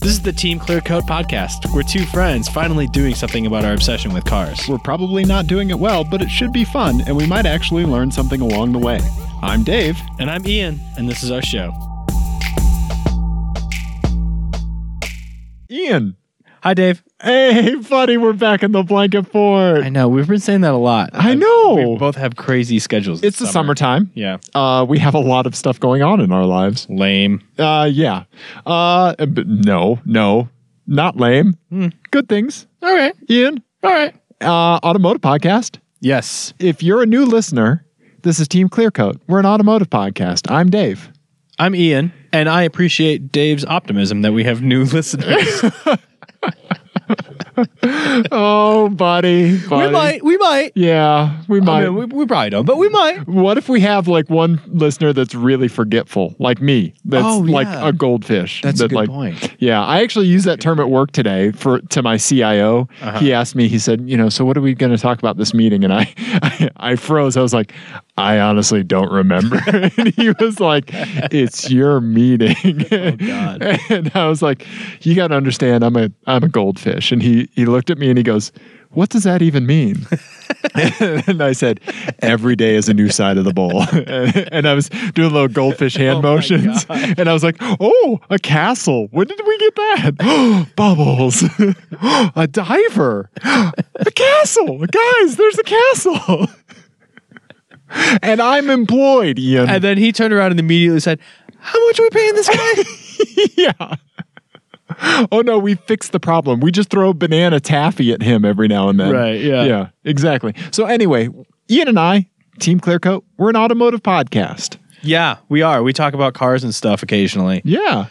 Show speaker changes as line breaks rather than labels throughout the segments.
This is the Team Clear Coat podcast. We're two friends finally doing something about our obsession with cars.
We're probably not doing it well, but it should be fun, and we might actually learn something along the way. I'm Dave.
And I'm Ian, and this is our show.
Ian.
Hi, Dave.
Hey, buddy, we're back in the blanket fort.
I know we've been saying that a lot.
I
I've-
know.
We both have crazy schedules. this
It's the summertime.
Yeah.
Uh, we have a lot of stuff going on in our lives.
Lame.
Uh, yeah. Uh, but no, no, not lame. Good things.
All right.
Ian,
All right.
uh, automotive podcast.
Yes.
If you're a new listener, this is Team Clearcoat. We're an automotive podcast. I'm Dave.
I'm Ian, and I appreciate Dave's optimism that we have new listeners.
Oh, buddy.
we might. We might.
Yeah, we might.
I mean, we, we probably don't, but we might.
What if we have like one listener that's really forgetful, like me? That's
Oh,
like
yeah.
a goldfish.
That's a
that,
good
like,
point.
Yeah, I actually used that term at work today for to my CIO.
Uh-huh.
He asked me. He said, "You know, so what are we going to talk about this meeting?" And I, I, I froze. I was like, "I honestly don't remember." and he was like, "It's your meeting." Oh
God.
And I was like, "You got to understand, I'm a I'm a goldfish." And he he looked at me and he goes, "What does that even mean?" and I said, every day is a new side of the bowl. and I was doing little goldfish hand
Oh my
motions. And I was like, oh, a castle. When did we get that? Bubbles. a diver. a castle. Guys, there's a castle. and I'm employed, Ian.
And then he turned around and immediately said, "How much are we paying this guy?"
yeah. Oh no, we fixed the problem. We just throw banana taffy at him every now and then.
Right, yeah.
Yeah. Exactly. So anyway, Ian and I, Team Clearcoat, we're an automotive podcast.
yeah, we are. We talk about cars and stuff occasionally
Yeah.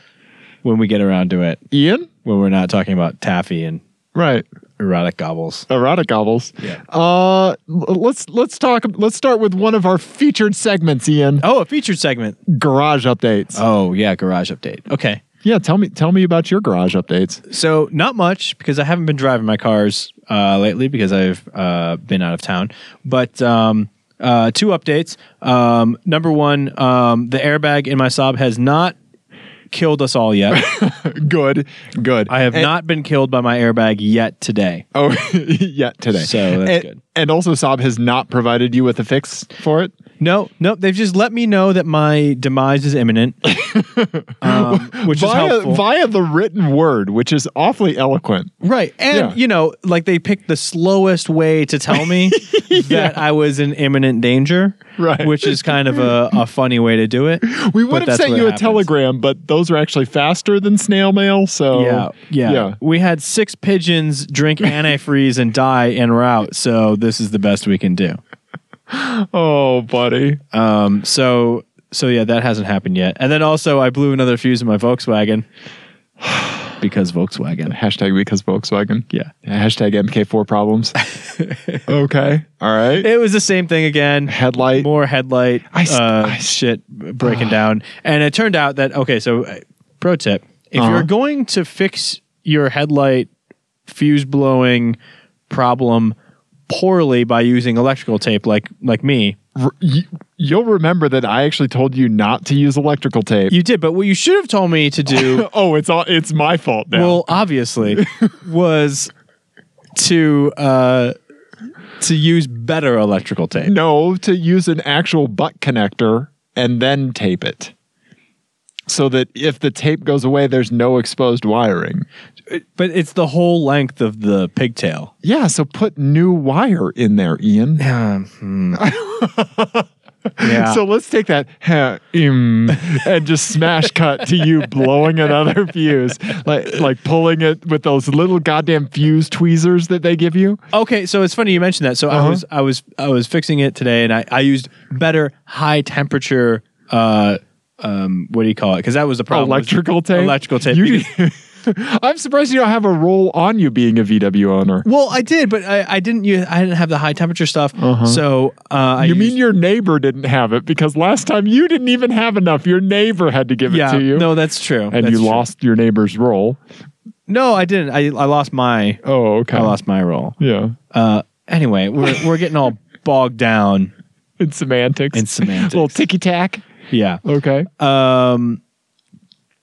when we get around to it.
Ian?
When we're not talking about taffy and
Right.
erotic gobbles.
Erotic novels.
Yeah.
Uh l- let's let's talk let's start with one of our featured segments, Ian.
Oh, a featured segment.
Garage updates.
Oh, yeah, garage update. Okay.
yeah, tell me tell me about your garage updates.
So, not much because I haven't been driving my cars uh, lately because I've uh, been out of town. But um, uh, two updates. Um, number one, um, the airbag in my Saab has not killed us all yet.
Good. Good.
I have
And-
not been killed by my airbag yet today.
Oh, yet today.
So that's
and,
good.
And also, Saab has not provided you with a fix for it.
No, no, they've just let me know that my demise is imminent, um, which
via,
is helpful.
via the written word, which is awfully eloquent.
Right. And,
Yeah.
you know, like they picked the slowest way to tell me that I was in imminent danger.
Right.
Which is kind of a, a funny way to do it.
We
But
would have
that's
sent
what
you a
happens.
telegram, but those are actually faster than snail mail. So
Yeah, yeah. We had six pigeons drink antifreeze and die en route. So this is the best we can do.
Oh, buddy.
Um, so, so yeah, that hasn't happened yet. And then also, I blew another fuse in my Volkswagen because Volkswagen.
Hashtag because Volkswagen.
Yeah.
Hashtag MK4 problems. okay. All right.
It was the same thing again.
Headlight.
more headlight
I s-
uh,
I s- Ah.
shit breaking down. And it turned out that okay, so uh, pro tip: if
Uh-huh.
you're going to fix your headlight fuse blowing problem poorly by using electrical tape, like like me,
R- y- you'll remember that I actually told you not to use electrical tape.
you did. But what you should have told me to do,
oh, it's all it's my fault now.
well, obviously, was to uh, to use better electrical tape.
No, to use an actual butt connector and then tape it. So that if the tape goes away, there's no exposed wiring.
But it's the whole length of the pigtail.
Yeah, so put new wire in there, Ian.
yeah.
hmm. So let's take that huh, mm, and just smash cut to you blowing another fuse, like like pulling it with those little goddamn fuse tweezers that they give you.
Okay, so it's funny you mentioned that. So I
Uh-huh.
was I was I was fixing it today, and I, I used better high temperature. Uh, um, what do you call it? Because that was the problem. was
Electrical tape.
Electrical tape.
You-
because-
I'm surprised you don't have a roll on you being a VW owner.
well, I did, but I, I didn't. Use, I didn't have the high temperature stuff. So uh, I
Uh-huh. you mean
used-
your neighbor didn't have it because last time you didn't even have enough. Your neighbor had to give
yeah?
it to you.
No, that's true.
and
That's
you
true.
lost your neighbor's role.
No, I didn't. I I lost my
Oh, okay.
I lost my role.
Yeah.
Uh, anyway, we're we're getting all bogged down
In semantics.
in semantics. Uh,
Little ticky tack.
yeah.
Okay.
Um,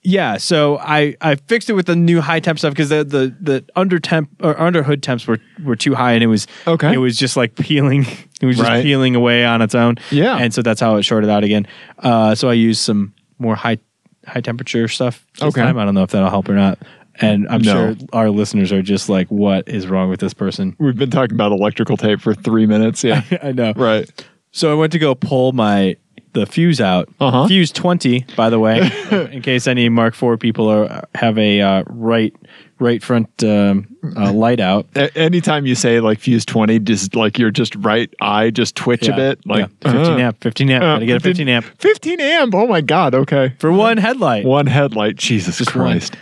yeah, so I, I fixed it with the new high temp stuff because the, the the under temp or under hood temps were, were too high and it was
Okay.
it was just like peeling it was just
Right.
peeling away on its own
Yeah.
and so that's how it shorted out again. Uh, so I used some more high high temperature stuff. This
Okay.
time. I don't know if that'll help or not. And I'm
No.
sure our listeners are just like, what is wrong with this person?
We've been talking about electrical tape for three minutes. Yeah.
I know.
right.
So I went to go pull my the fuse out.
Uh-huh.
Fuse twenty, by the way, in case any Mark IV people are have a uh, right right front um, uh, light out.
A- anytime you say like fuse 20, just like your just right eye just twitch a bit.
Yeah.
Like
fifteen
uh,
amp, fifteen amp.
uh,
Gotta get a fifteen amp
15 amp. Oh my God. Okay.
for one headlight.
One headlight. Jesus
one. Um,
Christ.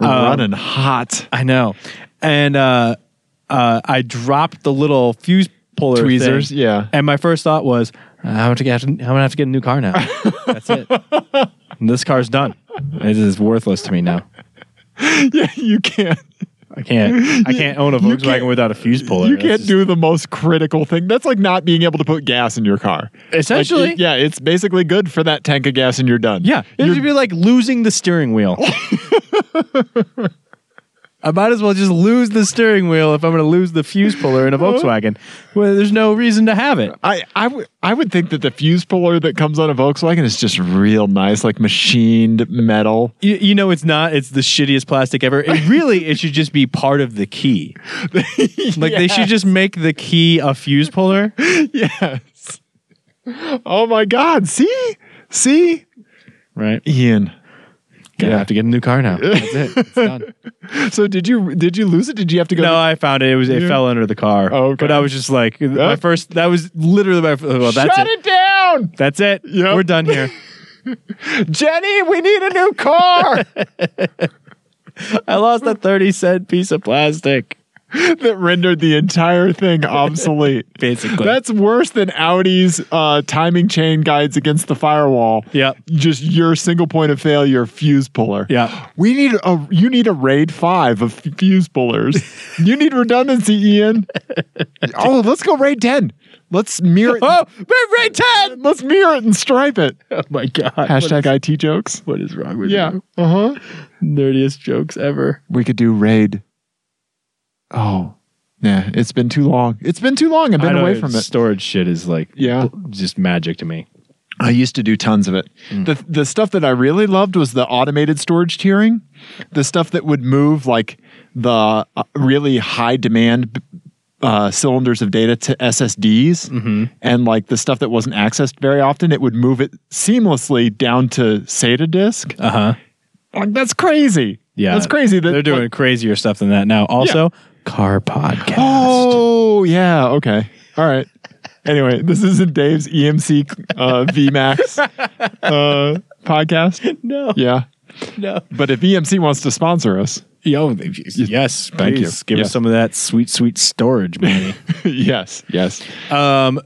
Running hot.
I know, and uh, uh, I dropped the little fuse puller thing.
Tweezers, yeah.
And my first thought was, I'm gonna, get, I'm gonna have to get a new car now. That's it. And this car's done. It is worthless to me now.
yeah. You can't.
I can't. I can't own a
You
Volkswagen
can't-
without a fuse puller.
You
That's
can't
just-
do the most critical thing. That's like not being able to put gas in your car.
Essentially.
Like, it- yeah, it's basically good for that tank of gas and you're done.
Yeah, it
You're-
would be like losing the steering wheel. I might as well just lose the steering wheel if I'm going to lose the fuse puller in a Volkswagen. Well, there's no reason to have it.
I, I, w- I would think that the fuse puller that comes on a Volkswagen is just real nice, like machined metal.
You, you know, it's not. It's the shittiest plastic ever. It really, it should just be part of the key. Like they should just make the key a fuse puller.
yes. Oh my God. See? See?
Right.
Ian.
Gonna
Yeah.
have to get a new car now. That's it. It's done.
So did you did you lose it? Did you have to go?
No,
to-
I found it. It was it
Yeah.
fell under the car.
Oh, okay.
But I was just like my first. That was literally my. Well, that's
Shut
it.
it down,
That's it.
Yep.
We're done here.
Jenny. We need a new car
I lost a 30 cent piece of plastic,
that rendered the entire thing obsolete.
basically.
That's worse than Audi's uh, timing chain guides against the firewall.
Yep.
Just your single point of failure fuse puller.
Yep.
We need a you need a raid five of f- fuse pullers. you need redundancy, Ian. oh, let's go raid ten. Let's mirror it.
oh, Red Ray 10!
Let's mirror it and stripe it.
Oh my God.
Hashtag
What is,
IT jokes.
what is wrong with
Yeah.
you?
Uh huh.
Nerdiest jokes ever.
We could do raid. Oh, nah. It's been too long. It's been too long. I've been away from it.
Storage shit is like
Yeah.
just magic to me.
I used to do tons of it.
Mm.
The the stuff that I really loved was the automated storage tiering, the stuff that would move like the uh, really high demand uh, cylinders of data to SSDs,
Mm-hmm.
and like the stuff that wasn't accessed very often, it would move it seamlessly down to SATA disk.
Uh huh.
Like that's crazy.
Yeah.
that's crazy. That,
They're doing
like-
crazier stuff than that now. Also, car podcast.
oh yeah. Okay. All right. Anyway, this isn't Dave's EMC uh, VMAX uh, podcast.
no,
Yeah.
no.
But if EMC wants to sponsor us,
Yo, yes,
Thank you.
please Give
Yeah.
us some of that sweet, sweet storage money.
yes, yes,
um,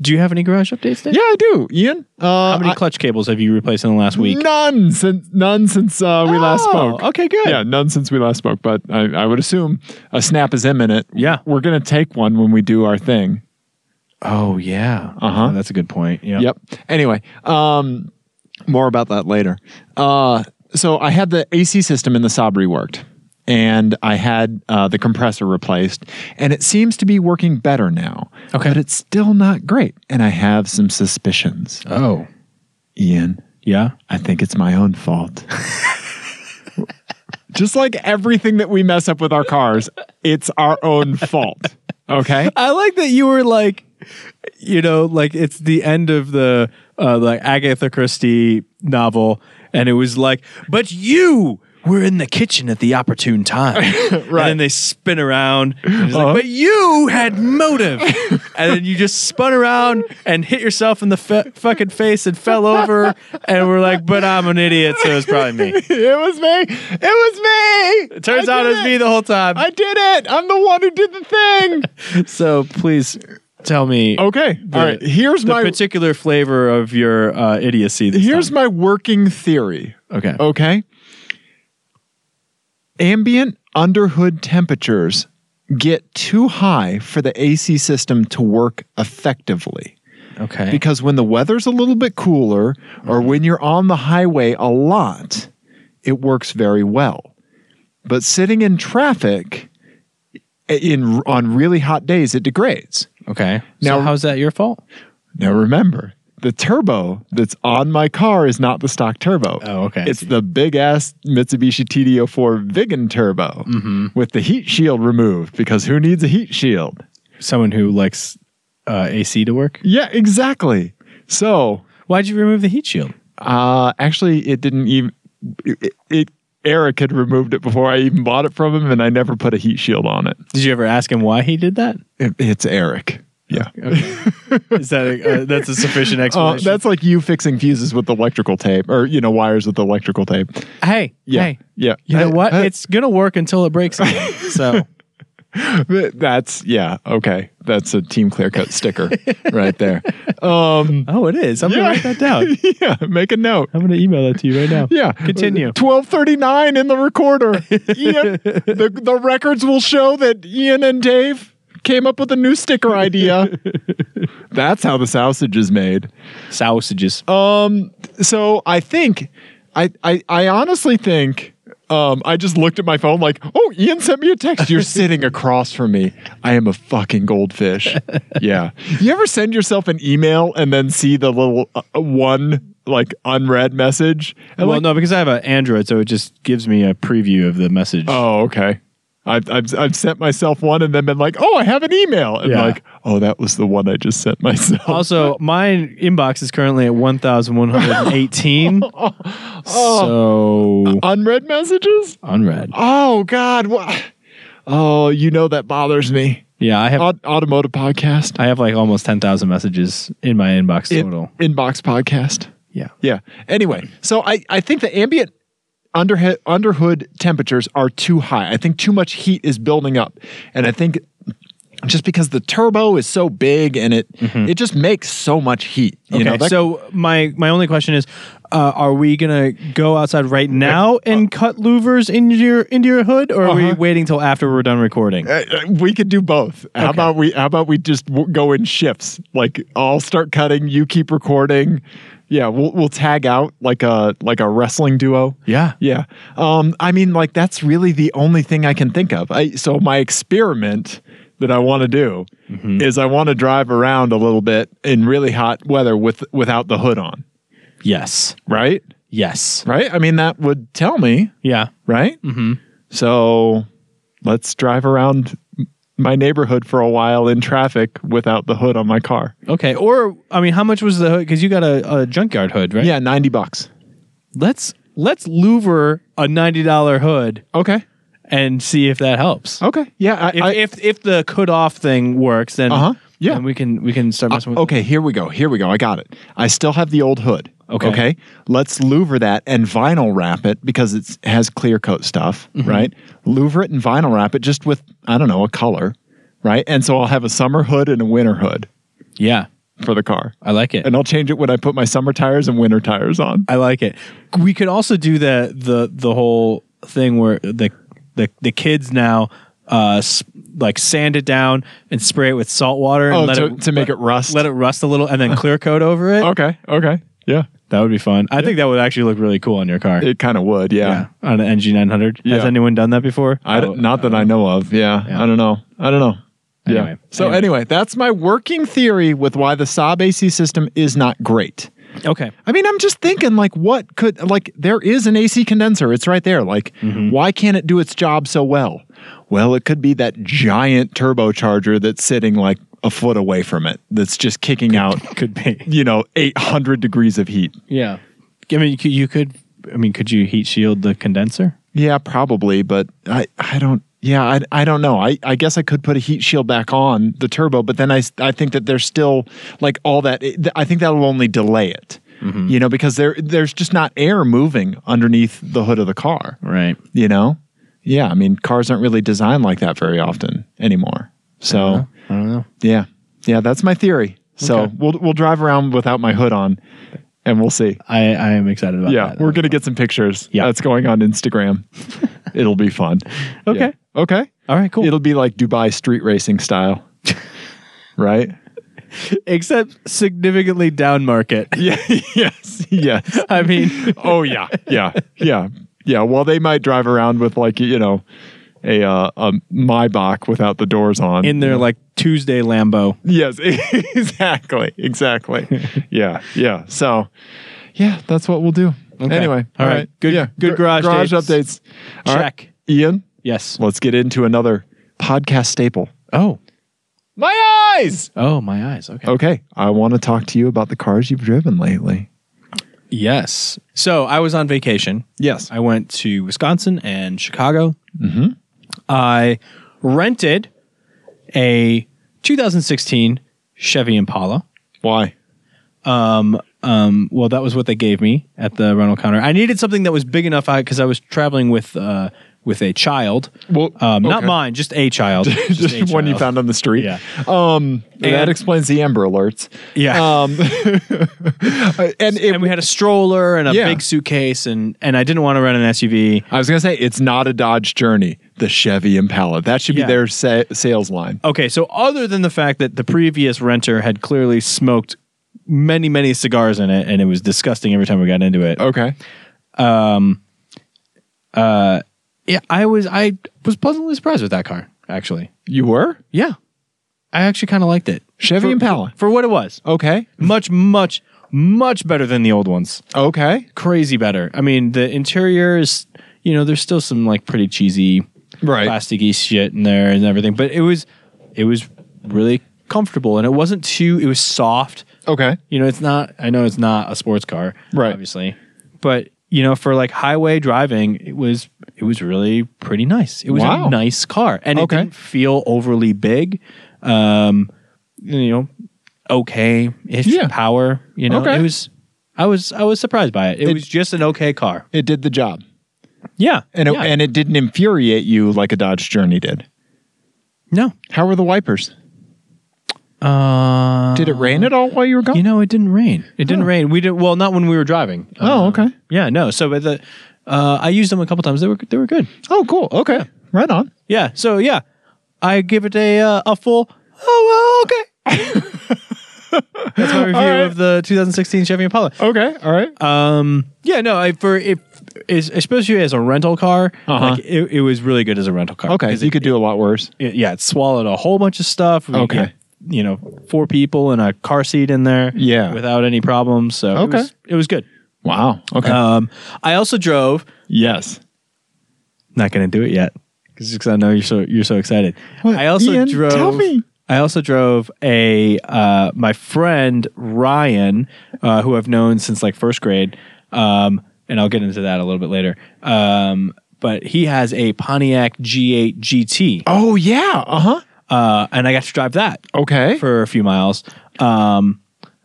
do you have any garage updates? Dave?
yeah, I do. Ian, uh,
How many
I-
clutch cables have you replaced in the last week?
none since none since uh, we last
Oh,
spoke.
Okay, good.
Yeah, none since we last spoke. But I, I would assume a snap is imminent.
Yeah.
we're gonna take one when we do our thing.
Oh yeah.
Uh-huh.
Oh, that's a good point. Yeah.
Yep. Anyway, um, more about that later. Uh, so I had the AC system in the Saab reworked, and I had uh, the compressor replaced, and it seems to be working better now.
Okay.
but it's still not great, and I have some suspicions.
Oh.
Ian,
Yeah.
I think it's my own fault. Just like everything that we mess up with our cars, it's our own fault. Okay?
I like that you were like, you know, like it's the end of the uh, like Agatha Christie novel, and it was like, but you were in the kitchen at the opportune time, right? And then they spin around, and it's
Uh-huh.
like, but you had motive, and then you just spun around and hit yourself in the fe- fucking face and fell over, and we're like, but I'm an idiot, so it's probably me.
It was me. It was me.
It turns
I
out
did
it was me the whole time.
I did it. I'm the one who did the thing.
So please tell me.
Okay.
the-
All right. Here's
the
my
particular flavor of your uh, idiocy. This
here's
time.
my working theory.
okay.
Okay. Ambient underhood temperatures get too high for the AC system to work effectively.
okay. Mm-hmm.
Because when the weather's a little bit cooler or when you're on the highway a lot, it works very well. But sitting in traffic in on really hot days, it degrades.
Okay.
Now-
so how's that your fault?
Now remember, the turbo that's on my car is not the stock turbo.
Oh, okay.
It's the big ass Mitsubishi TDO4 Vigan turbo
Mm-hmm.
with the heat shield removed because who needs a heat shield?
Someone who likes uh, AC to work.
Yeah, exactly. So,
Why'd you remove the heat shield?
uh, actually, it didn't even. It, it, Eric had removed it before I even bought it from him, and I never put a heat shield on it.
Did you ever ask him why he did that?
It- it's Eric. Yeah.
Is that a, uh, that's a sufficient
Uh,
explanation?
that's like you fixing fuses with electrical tape or, you know, wires with electrical tape.
hey,
Yeah.
hey,
Yeah.
you know
Uh,
what?
uh,
it's gonna work until it breaks. Again. So
That's yeah okay. That's a team clear cut sticker right there. Um,
oh, it is. I'm gonna
Yeah.
write that down.
yeah, make a note.
I'm gonna email that to you right now.
Yeah,
Continue.
Twelve thirty nine in the recorder. Ian, the the records will show that Ian and Dave came up with a new sticker idea. That's how the sausage is made.
Sausages.
Um, so I think, I, I, I honestly think, um, I just looked at my phone like, oh, Ian sent me a text. You're sitting across from me. I am a fucking goldfish. Yeah. You ever send yourself an email and then see the little uh, one like unread message? And
well,
like,
no, because I have an Android, so it just gives me a preview of the message.
Oh, okay. I've, I've, I've sent myself one and then been like, oh, I have an email. And
Yeah.
like, oh, that was the one I just sent myself.
Also, my inbox is currently at 1,118. So
unread messages?
unread.
Oh God! What? Oh, you know that bothers me.
Yeah, I have
Aut- automotive podcast,
I have like almost 10,000 messages in my inbox
In-
total.
inbox podcast.
yeah.
Yeah. Anyway, so I I think the ambient underhead underhood temperatures are too high. I think too much heat is building up, and I think just because the turbo is so big and it it just makes so much heat. You
Okay.
know, Mm-hmm. that-
so my my only question is uh, are we going to go outside right now and cut louvers into your into your hood or are we waiting till after we're done recording?
Uh, uh, we could do both.
Okay.
How about we? How about we just w- go in shifts? Like I'll start cutting, you keep recording. Yeah, we'll we'll tag out like a like a wrestling duo.
Yeah.
yeah. Um, I mean, like that's really the only thing I can think of. I so my experiment that I want to do
Mm-hmm.
is I want to drive around a little bit in really hot weather with without the hood on.
Yes.
Right,
Yes.
right. I mean, that would tell me
Yeah.
right? Mm-hmm. So let's drive around m- my neighborhood for a while in traffic without the hood on my car.
Okay. Or I mean, how much was the hood cuz you got a, a junkyard hood, right?
Yeah, 90 bucks.
Let's let's louver a $90 hood
Okay.
and see if that helps.
Okay. Yeah. I,
If,
Oh, I-
if if the cut off thing works, then
Uh-huh. Yeah. Uh,
then we can we can start messing with.
okay. Here we go. Here we go. I got it. I still have the old hood.
Okay.
Okay. Let's louver that and vinyl wrap it because it has clear coat stuff, right? Louver it and vinyl wrap it just with, I don't know, a color, right? And so I'll have a summer hood and a winter hood
Yeah,
for the car.
I like it.
And I'll change it when I put my summer tires and winter tires on.
I like it. We could also do the the the whole thing where the the the kids now uh s- like sand it down and spray it with salt water and
Oh,
let
to,
it
to make it rust.
let it rust a little and then clear coat over it.
Okay. Okay. Yeah.
That would be fun. I think that would actually look really cool on your car.
It kind of would. Yeah.
yeah, on an NG900. Has
Yeah.
anyone done that before?
I d-
Oh,
not that I know of. Yeah.
Yeah.
I don't know. I don't know. Yeah.
Anyway.
so
Anyway.
anyway. that's my working theory with why the Saab AC system is not great.
Oh, okay.
I mean, I'm just thinking like what could like there is an AC condenser. It's right there. Like
Mm-hmm.
why can't it do its job so well? Well, it could be that giant turbocharger that's sitting like a foot away from it that's just kicking out,
Could be.
you know, 800 degrees of heat.
Yeah. I mean, you could, you could. I mean, could you heat shield the condenser?
Yeah, probably, but I, I don't. Yeah, I, I don't know. I, I guess I could put a heat shield back on the turbo, but then I, s- I think that there's still like all that. it- I think that'll only delay it, you know, because there there's just not air moving underneath the hood of the car,
Right.
you know. Yeah, I mean, cars aren't really designed like that very often anymore. So
I don't know.
yeah, yeah, that's my theory. So
Okay.
we'll we'll drive around without my hood on, and we'll see.
I, I am excited about
Yeah,
that.
we're gonna get some pictures.
Yeah.
that's going on Instagram. It'll be fun.
Okay.
Yeah. okay.
All right, cool.
It'll be like Dubai street racing style, right?
Except significantly down market.
Yeah. yes. Yes.
I mean,
Oh yeah. Yeah. Yeah. yeah, while they might drive around with like you know a uh, a Maybach without the doors on
in their like Tuesday Lambo.
Yes, exactly, exactly. yeah, yeah. So, yeah, that's what we'll do. Anyway,
All right. Good- good garage
garage
dates.
updates. All right.
Check.
Ian.
Yes.
Let's get into another podcast staple.
Oh.
My eyes.
Oh, my eyes. Okay.
Okay, I want to talk to you about the cars you've driven lately.
Yes. So I was on vacation.
Yes.
I went to Wisconsin and Chicago.
Mm-hmm.
I rented a 2016 Chevy Impala.
Why?
Um, um, well, that was what they gave me at the rental counter. I needed something that was big enough because I was traveling with uh, with a child.
Well,
Um, Not
okay.
mine, just a child. Just a
Just one you
child.
found on the street.
Yeah.
Um, that
And-
explains the Amber Alerts.
Yeah.
Um, uh, and it,
and we had a stroller and a
Yeah.
big suitcase, and, and I didn't want to rent an SUV.
I was gonna say it's not a Dodge Journey, the Chevy Impala. That should
Yeah.
be their sa- sales line.
Okay, so other than the fact that the previous renter had clearly smoked many, many cigars in it, and it was disgusting every time we got into it.
Okay.
Yeah, I was I was pleasantly surprised with that car actually.
You were
Yeah, I actually kind of liked it
Chevy
For-
Impala.
for what it was.
Okay.
Much, much, much better than the old ones.
Okay.
Crazy better. I mean, the interior is you know there's still some like pretty cheesy
Right.
plasticky shit in there and everything, but it was it was really comfortable and it wasn't too. It was soft.
Okay.
You know, it's not. I know it's not a sports car,
Right.
Obviously, but you know, for like highway driving, it was it was really pretty nice. It was
Wow.
a nice car, and
Okay.
it didn't feel overly big. Um, you know, okay, ish
Yeah.
power. You know,
Okay.
it was. I was I was surprised by it. It, was just an okay car.
It did the job,
Yeah,
and it,
yeah.
and it didn't infuriate you like a Dodge Journey did.
no,
How were the wipers?
uh,
Did it rain at all while you were gone?
You know, it didn't rain. It didn't
Oh.
rain. We didn't. Well, not when we were driving.
Oh,
Uh,
okay.
Yeah, no. So, but the uh, I used them a couple times. They were they were good.
oh, cool. Okay. Right on.
Yeah. So yeah, I give it a uh, a full. Oh well, okay. That's my review
All right.
of the 2016 Chevy Impala.
Okay. All right.
Um. Yeah. No. I for if is especially as a rental car.
Uh-huh.
Like it, it was really good as a rental car.
okay.
'Cause
You
it-
could do a lot worse.
it- yeah. It swallowed a whole bunch of stuff. We
Okay.
get, You know, four people and a car seat in there.
Yeah.
Without any problems. So
Okay.
It was, it was good.
Wow. Okay.
Um. I also drove.
yes.
Not gonna do it yet because I know you're so you're so excited.
What,
I also
Ian,
drove.
tell me.
I also drove a uh, my friend Ryan, uh, who I've known since like first grade, um, and I'll get into that a little bit later. Um, but he has a Pontiac G8 GT,
Oh yeah. Uh huh.
uh, and I got to drive that
Okay.
for a few miles. Um,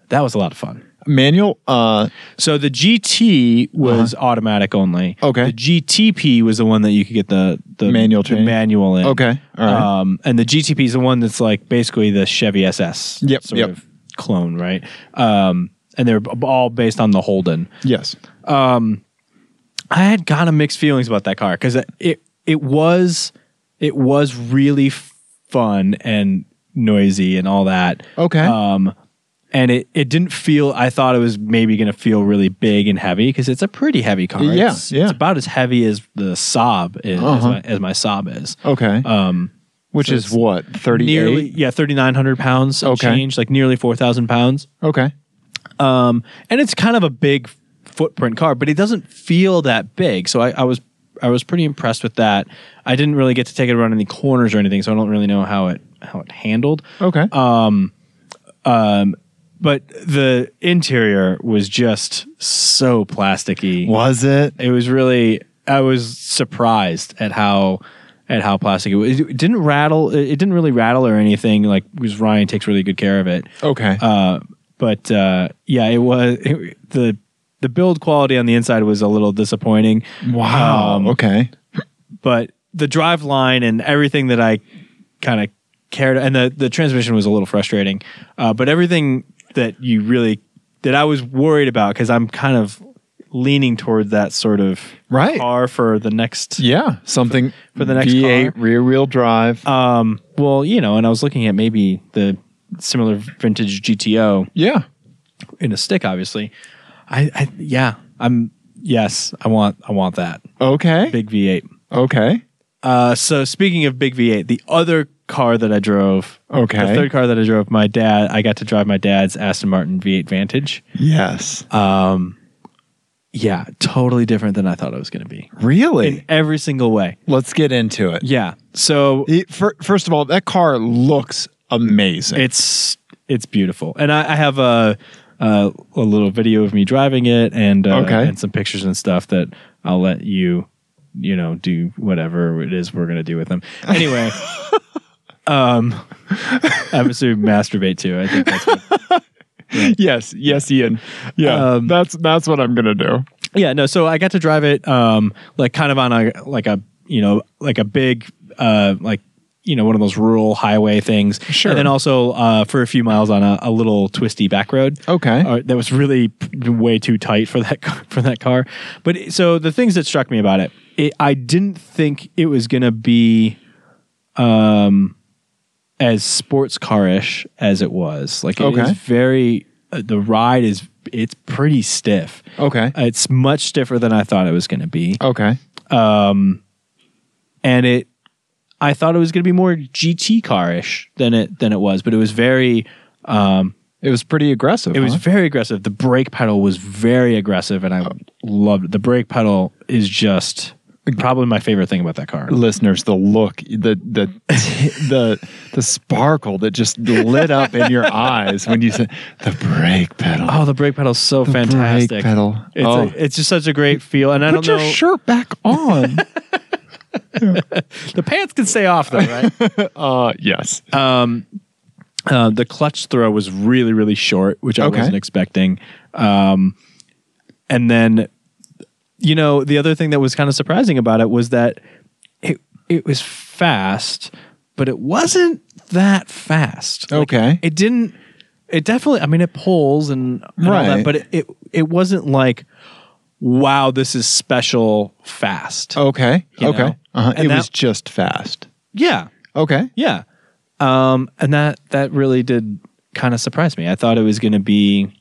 that was a lot of fun.
Manual. Uh.
So the GT was automatic only.
Uh-huh. Okay.
The GTP was the one that you could get the the
Manual
the
change.
manual in.
Okay. All right.
Um, and the GTP is the one that's like basically the Chevy SS.
Yep,
Sort
yep.
of clone, right? Um, and they're b- all based on the Holden.
Yes.
I had kind of mixed feelings about that car because it it was it was really f- fun and noisy and all that.
Okay.
Um, and it, it didn't feel. I thought it was maybe going to feel really big and heavy because it's a pretty heavy car.
Yeah,
it's,
yeah.
It's about as heavy as the Saab is, as,
Uh-huh.
my, as my Saab is.
okay.
Um,
Which
so
is
it's
what thirty
nearly yeah, thirty nine hundred pounds. Of
Okay.
change like nearly four thousand pounds.
Okay.
Um, and it's kind of a big footprint car, but it doesn't feel that big. So I, I was I was pretty impressed with that. I didn't really get to take it around any corners or anything, so I don't really know how it how it handled.
Okay.
Uh, But the interior was just so plasticky.
was it?
It was really I was surprised at how at how plastic it was. It didn't rattle. It it didn't really rattle or anything. Like because Ryan takes really good care of it.
Okay.
Uh, but uh, yeah, it was it, the the build quality on the inside was a little disappointing.
wow.
um,
okay.
But the drive line and everything that I kind of cared and the the transmission was a little frustrating. Uh, but everything that you really that I was worried about because I'm kind of leaning toward that sort of
Right.
car for the next
Yeah. Something
for the next
V8 rear wheel drive.
um well you know and I was looking at maybe the similar vintage GTO
yeah.
in a stick, obviously. I, I yeah, I'm Yes, I want I want that
Okay.
big V8.
Okay.
Uh, so speaking of big V8, the other car that I drove,
Okay.
the third car that I drove, my dad, I got to drive my dad's Aston Martin V8 Vantage.
Yes.
Uh, Yeah, totally different than I thought it was going to be
really?
in every single way.
Let's get into it.
Yeah. So
It- fir- first of all, that car looks amazing.
it's it's beautiful, and I, I have a, a a little video of me driving it, and uh,
Okay.
and some pictures and stuff that I'll let you, you know, do whatever it is we're gonna do with them. Anyway, um, I'm assuming masturbate too. I think that's what,
yes. Yes, Ian. Yeah.
Um,
that's that's what I'm gonna do.
yeah. No, so I got to drive it, um, like kind of on a like a you know like a big uh like. You know, one of those rural highway things,
Sure.
and then also uh, for a few miles on a, a little twisty back road.
Okay.
uh, that was really p- way too tight for that car, for that car. But it- so the things that struck me about it, it I didn't think it was gonna be, um, as sports car-ish as it was. Like it is
Okay.
very uh, the ride is it's pretty stiff.
okay.
It's much stiffer than I thought it was gonna be,
okay.
and it I thought it was gonna be more GT car-ish than it than it was, but it was very.
It was pretty aggressive.
It was very aggressive. The brake pedal was very aggressive, and I loved it. The brake pedal is just probably my favorite thing about that car.
listeners the look the the the the sparkle that just lit up in your eyes when you said the brake pedal.
Oh, the brake pedal's so fantastic.
brake pedal.
It's,
Oh.
a- it's just such a great feel, and I
Put
don't
your
know.
shirt back on.
The pants can stay off though, right?
uh yes.
uh, the clutch throw was really, really short, which I
Okay.
wasn't expecting. Um, and then, you know, the other thing that was kind of surprising about it was that it it was fast, but it wasn't that fast. Like,
Okay.
it didn't. It definitely. I mean, it pulls and, and all that,
Right.
but it, it it wasn't like, wow, this is special fast.
okay.
You
okay.
know?
Uh-huh. It
And that-
was just fast.
yeah.
Okay.
Yeah. Um, and that that really did kind of surprise me. I thought it was going to be.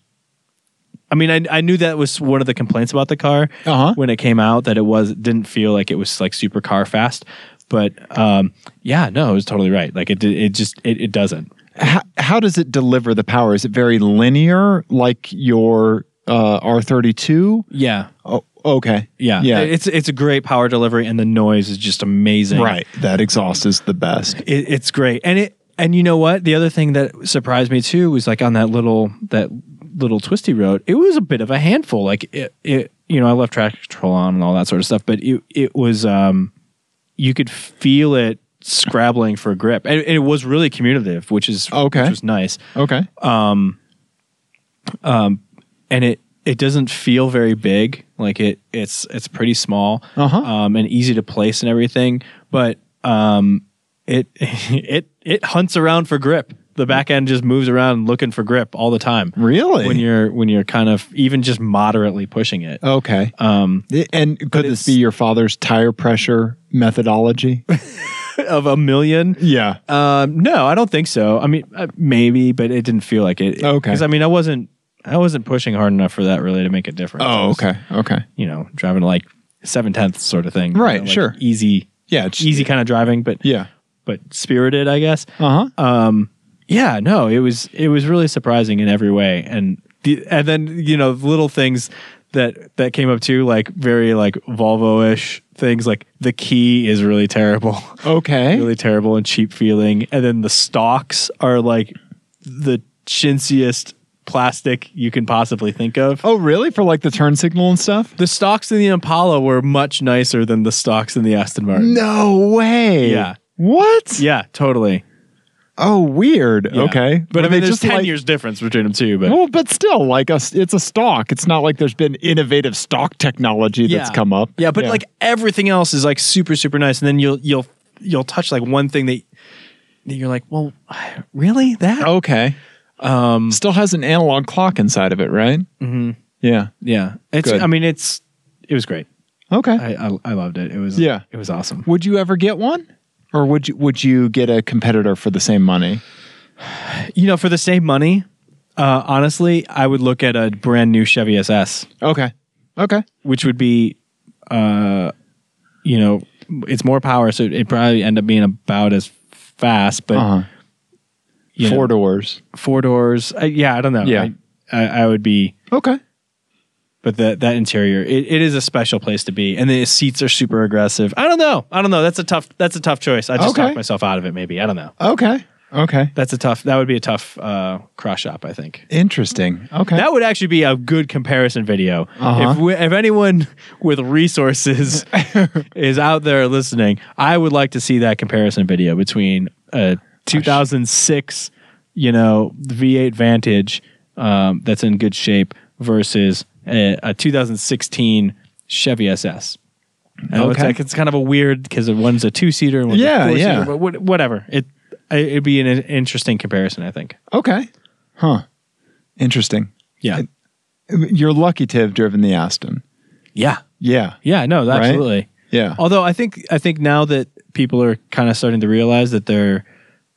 I mean, I, I knew that was one of the complaints about the car
Uh-huh.
when it came out that it was it didn't feel like it was like super car fast, but um, yeah, no, it was totally right. Like it did, it just it, it doesn't.
How, how does it deliver the power? Is it very linear like your uh R32?
Yeah,
Oh, okay.
yeah,
Yeah.
It's it's a great power delivery, and the noise is just amazing.
right. That exhaust is the best.
it, it's great and it and you know what the other thing that surprised me too was like on that little that little twisty road it was a bit of a handful like it, it you know i left track control on and all that sort of stuff but it it was um you could feel it scrabbling for grip and, and it was really commutative which is
Okay.
which was nice
Okay.
and it it doesn't feel very big. Like it it's it's pretty small
Uh-huh.
um, and easy to place and everything. But um, it it it hunts around for grip. The back end just moves around looking for grip all the time.
Really?
When you're when you're kind of even just moderately pushing
Uh,
it.
Okay. Um, and could this
it's-
be your father's tire pressure methodology?
of a million.
yeah.
Um, no, I don't think so. I mean, uh, maybe, but it didn't feel like it.
Okay.
Because I mean, I wasn't I wasn't pushing hard enough for that really to make a difference. I
Oh,
was,
okay. Okay.
You know, driving like seven tenths sort of thing. you
Right,
know, like
sure.
Easy.
Yeah. It's,
easy kind of driving, but
Yeah.
but spirited, I guess.
Uh huh.
Yeah, no, it was it was really surprising in every way, and the, and then you know little things that that came up too, like very like Volvo ish things, like the key is really terrible,
okay.
really terrible and cheap feeling, and then the stalks are like the chintziest plastic you can possibly think of.
Oh, really? For like the turn signal and stuff?
The stocks in the Impala were much nicer than the stocks in the Aston
Mm.
Martin.
No way.
Yeah.
What?
Yeah, totally.
Oh, weird.
Yeah.
Okay.
But
Were
I mean,
they
there's ten
like- Mm.
years difference between them too. But
Well, but still, like us, it's a stock. It's not like there's been innovative stock technology that's come up.
Yeah, but like everything else is like super super nice, and then you'll you'll you'll touch like one thing that, that you're like, well, really that?
okay, um, still has an analog clock inside of it, right? Mm-hmm. Yeah.
yeah. It's
Good.
I mean it's it was great.
Okay.
I, I I loved it. It was
Yeah.
It was awesome.
Would you ever get one? Or would you would you get a competitor for the same money?
You know, for the same money, uh, honestly, I would look at a brand new Chevy SS.
Okay. Okay.
which would be, uh, you know, it's more power, so it probably end up being about as fast, but
Uh-huh.
you know,
Four doors.
four doors. Uh, yeah, I don't know.
Yeah.
I, I, I would be.
Okay.
But that that interior, it, it is a special place to be, and the seats are super aggressive. I don't know. I don't know. That's a tough. That's a tough choice. I just
Okay.
talked myself out of it. Maybe I don't know.
Okay. Okay.
That's a tough. That would be a tough uh, cross shop. I think
Interesting. Okay.
that would actually be a good comparison video.
Uh-huh.
If we, if anyone with resources is out there listening, I would like to see that comparison video between uh, a 2006, you know, V8 Vantage um, that's in good shape versus a, a 2016 Chevy SS. I know it's,
Okay.
like, it's kind of a weird because one's a two seater and one's
Yeah,
a four
yeah.
seater, but what- whatever. It it'd be an interesting comparison, I think.
okay. Huh. Interesting.
Yeah,
You're lucky to have driven the Aston.
yeah,
Yeah.
yeah. No,
Right?
absolutely.
Yeah.
Although I think I think now that people are kind of starting to realize that they're,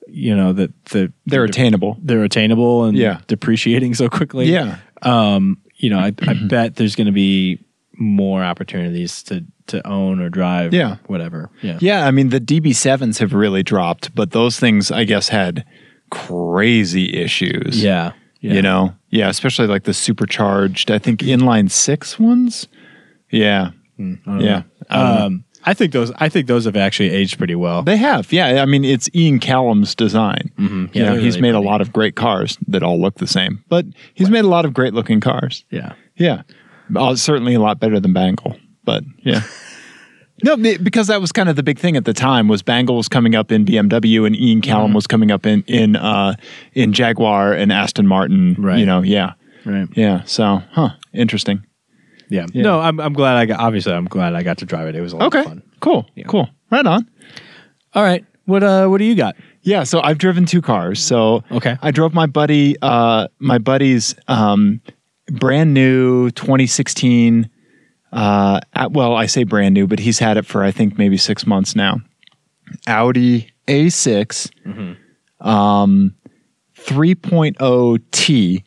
you know, that the
They're attainable.
they're attainable and
Yeah.
depreciating so quickly.
Yeah.
Um, you know, I, I bet there's going to be more opportunities to to own or drive.
Yeah.
Whatever. Yeah.
Yeah, I mean the DB7s have really dropped, but those things I guess had crazy issues.
Yeah. Yeah.
You know. Yeah, especially like the supercharged, I think inline 6 ones. Yeah.
Mm-hmm.
yeah. Uh,
Um, I think those I think those have actually aged pretty well.
They have. Yeah, I mean it's Ian Callum's design.
Mm-hmm. Yeah,
you know,
they're
he's
really
made
pretty.
a lot of great cars that all look the same, but he's made a lot of great looking cars.
yeah.
Yeah. Uh, certainly a lot better than Bangle, but yeah. no, be- because that was kind of the big thing at the time was Bangle was coming up in BMW and Ian Callum
Mm-hmm.
was coming up in in uh, in Jaguar and Aston Martin.
Right.
You know, yeah.
Right.
Yeah. So, huh. Interesting.
Yeah. No, I'm I'm glad I got obviously I'm glad I got to drive it. It was a lot
Okay.
of fun.
Cool. Cool. Right on.
All right. What uh what do you got?
Yeah, so I've driven two cars. So
Okay.
I drove my buddy, uh, my buddy's um, brand new 2016. Uh, at- well, I say brand new, but he's had it for I think maybe six months now. Audi A6,
Mm-hmm.
um, 3.0 T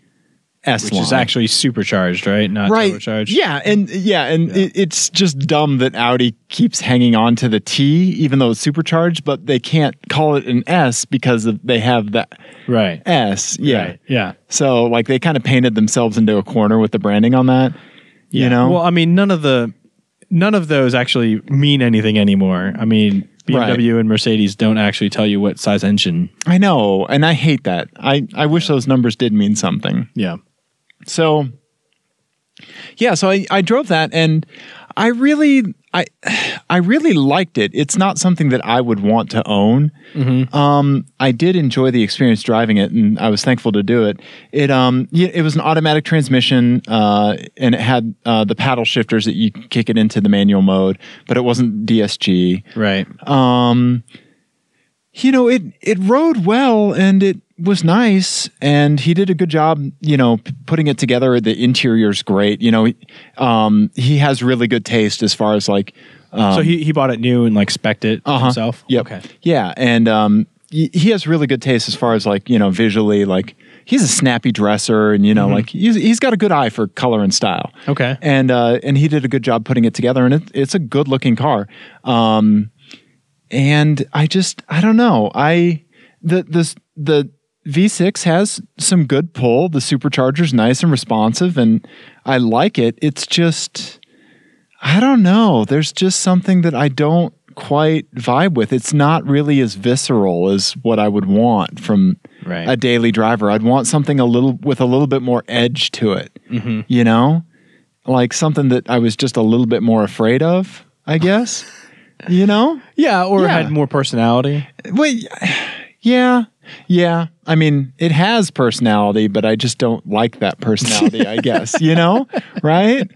S
Which
line.
is actually supercharged, right? Not
right.
turbocharged.
Yeah, and yeah, and It, it's just dumb that Audi keeps hanging on to the T, even though it's supercharged, but they can't call it an S because of, they have that
Right.
S. Yeah.
Right. Yeah.
So like they kind of painted themselves into a corner with the branding on that. You know?
Well, I mean, none of the none of those actually mean anything anymore. I mean, BMW and Mercedes don't actually tell you what size engine.
I know, and I hate that. I, I wish those numbers did mean something.
Yeah.
So yeah, so I, I drove that and I really I I really liked it. It's not something that I would want to own. Um, I did enjoy the experience driving it, and I was thankful to do it. It um, y- it was an automatic transmission, uh, and it had uh, the paddle shifters that you could kick it into the manual mode, but it wasn't DSG.
Right.
You know, it it rode well, and it was nice, and he did a good job. You know, p- putting it together. The interior's great. You know, um, he has really good taste as far as like
so he, he bought it new and like spec'd it himself.
Um, Uh-huh. Yep.
Okay.
Yeah, and um, y- he has really good taste as far as like you know visually. Like he's a snappy dresser, and you know
Mm-hmm.
like he's he's got a good eye for color and style.
Okay.
And uh, and he did a good job putting it together, and it, it's a good looking car. Um, and I just I don't know I the this the. V6 has some good pull. The supercharger's nice and responsive, and I like it. It's just, I don't know. There's just something that I don't quite vibe with. It's not really as visceral as what I would want from
Right.
a daily driver. I'd want something a little with a little bit more edge to it. You know, like something that I was just a little bit more afraid of. I guess. you know.
yeah, or
Yeah.
had more personality.
Well, yeah, yeah. I mean, it has personality, but I just don't like that personality. I guess you know, right?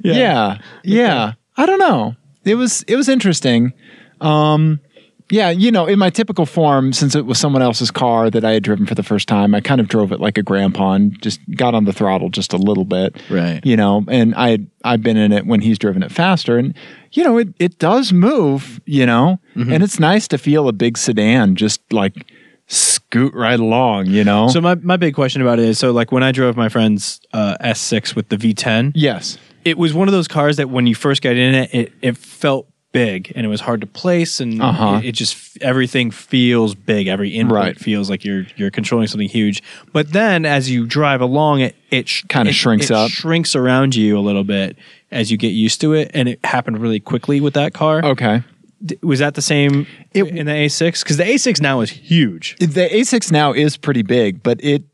Yeah, yeah. I don't know. It was it was interesting. Um, yeah, you know, in my typical form, since it was someone else's car that I had driven for the first time, I kind of drove it like a grandpa and just got on the throttle just a little bit
Right.
you know and i i've been in it when he's driven it faster and you know it it does move you know
Mm-hmm.
and it's nice to feel a big sedan just like scoot right along you know
So my, my big question about it is so like when I drove my friend's uh, S6 with the V10,
yes
it was one of those cars that when you first got in it, it, it felt big and it was hard to place and
Uh-huh.
it, it just everything feels big. Every input
Right.
feels like you're you're controlling something huge. But then as you drive along, it it sh-
Kinda
it-
shrinks
it
up.
shrinks around you a little bit as you get used to it, and it happened really quickly with that car.
Okay.
D- Was that the same
Oh. It-
in the A6? Because the A6 now is huge.
The A6 now is pretty big, but it,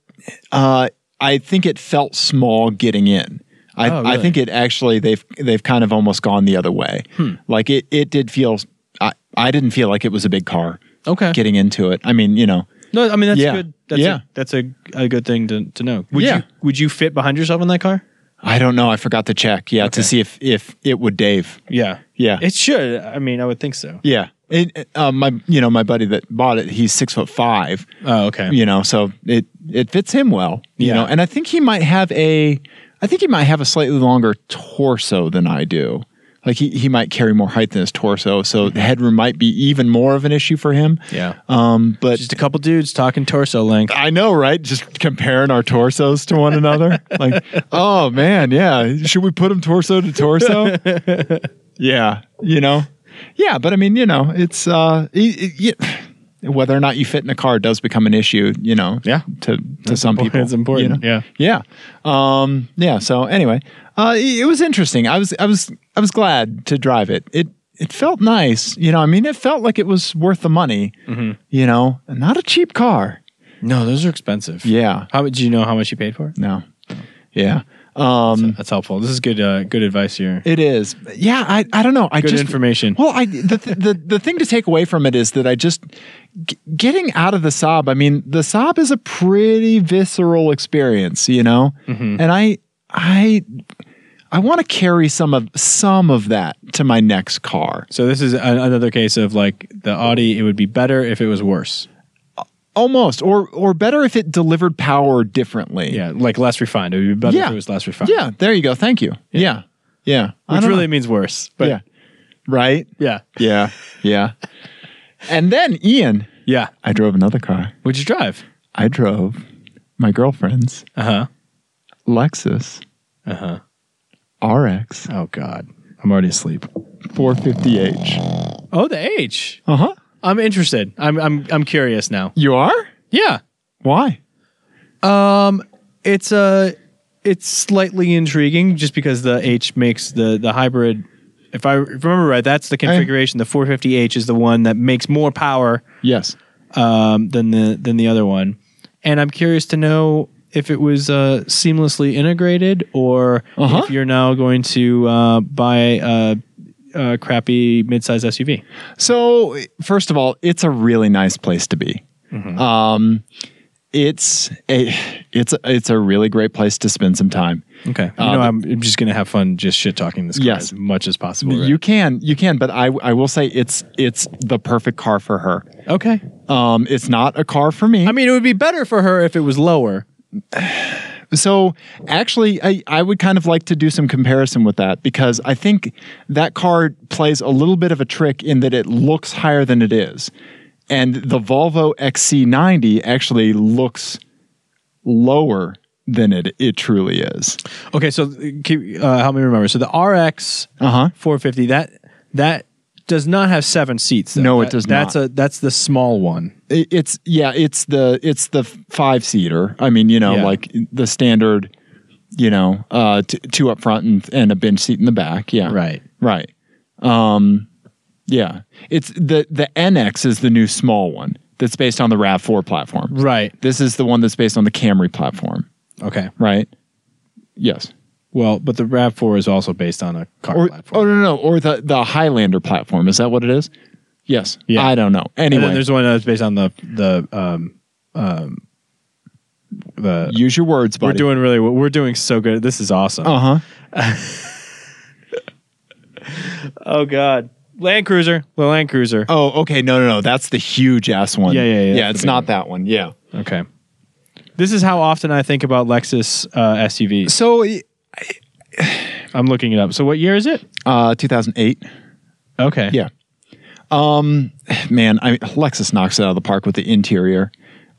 uh, I think it felt small getting in. I,
Oh,
I
really?
think it actually they've they've kind of almost gone the other way.
Hmm.
Like it it did feel I, I didn't feel like it was a big car
Okay.
getting into it. I mean you know
No, I mean that's
Yeah.
good. That's
Yeah.
a, that's a, a good thing to, to know. Would
Yeah.
you would you fit behind yourself in that car?
I don't know I forgot to check yeah
Okay.
to see if if it would Dave
Yeah.
Yeah.
It should. I mean, I would think so.
yeah it, uh, my you know my buddy that bought it he's six foot five
Oh, okay.
you know so it it fits him well you
Yeah.
know and i think he might have a i think he might have a slightly longer torso than i do like he, he might carry more height than his torso so the headroom might be even more of an issue for him
Yeah.
um but
Just a couple dudes talking torso length.
i know right just comparing our torsos to one another like oh man yeah should we put him torso to torso yeah you know yeah but i mean you know it's uh it, it, yeah. whether or not you fit in a car does become an issue you know
Yeah.
to to some
important.
people
It's important.
you know? yeah yeah um yeah so anyway uh it, it was interesting i was i was i was glad to drive it it it felt nice you know i mean it felt like it was worth the money
Mm-hmm.
you know not a cheap car
No, those are expensive.
yeah
How would you know how much you paid for? it?
no yeah
That's helpful. This is good. Uh, good advice here.
It is. Yeah, I, I don't know. I
Good
just,
information.
Well, I the, th- the the thing to take away from it is that I just g- getting out of the sob. I mean, the sob is a pretty visceral experience, you know.
Mm-hmm.
And I I I want to carry some of some of that to my next car.
So this is an, another case of like the Audi. It would be better if it was worse.
Almost, or or better if it delivered power differently.
Yeah, like less refined. It would be better
Yeah.
if it was less refined.
Yeah. There you go. Thank you. Yeah. Yeah. I
which
don't
really
know.
means worse. But
yeah. Right.
yeah,
Yeah. Yeah. and then Ian.
yeah.
I drove another car.
Would you drive?
I drove my girlfriend's
Uh huh.
Lexus
Uh huh.
RX
Oh God, I'm already asleep.
450H.
Oh, the H.
Uh huh.
I'm interested. I'm I'm I'm curious now.
You are?
Yeah.
Why?
Um, it's uh, it's slightly intriguing just because the H makes the the hybrid. If I remember right, that's the configuration. The 450H is the one that makes more power
Yes.
um, than the than the other one, and I'm curious to know if it was uh, seamlessly integrated or
Uh-huh.
if you're now going to uh, buy a, a crappy midsize SUV.
So, first of all, it's a really nice place to be. Um, it's a it's a, it's a really great place to spend some time.
Okay, you
Uh,
know I'm, I'm just gonna have fun just shit talking this car as
Yes.
much as possible. right?
You can you can, but I I will say it's it's the perfect car for her.
okay?
Um, it's not a car for me.
I mean, it would be better for her if it was lower.
So actually, I, I would kind of like to do some comparison with that because I think that card plays a little bit of a trick in that it looks higher than it is. And the Volvo XC90 actually looks lower than it, it truly is.
Okay, so uh, keep, uh, help me remember. So the RX
Uh-huh.
450 that that does not have seven seats. though.
No, it
That-
does
that's
not.
a that's the small one.
It- It's yeah, it's the it's the five seater. I mean, you know,
Yeah.
like the standard, you know, uh, t- two up front and, and a bench seat in the back. Yeah,
Right.
Right. Um, yeah. It's the the NX is the new small one that's based on the RAV4 platform.
Right.
This is the one that's based on the Camry platform,
Okay.
right? Yes.
Well, but the Rav4 is also based on a car
Or
platform.
oh no, no no or the the Highlander platform is that what it is? Yes.
Yeah.
I don't know.
and
Anyway,
then there's one that's based on the the um um the
use your words, buddy.
we're doing really we're doing so good. This is awesome.
uh huh.
oh god. Land Cruiser, the Land Cruiser.
Oh, okay. No, no, no. That's the huge ass one.
Yeah, yeah, yeah,
Yeah,
that's
it's
the big
not that one. Yeah.
Okay. This is how often I think about Lexus uh, SUVs.
So,
I'm looking it up. So what year is it?
uh, 2008.
Okay.
Yeah. Um, man, I Lexus knocks it out of the park with the interior.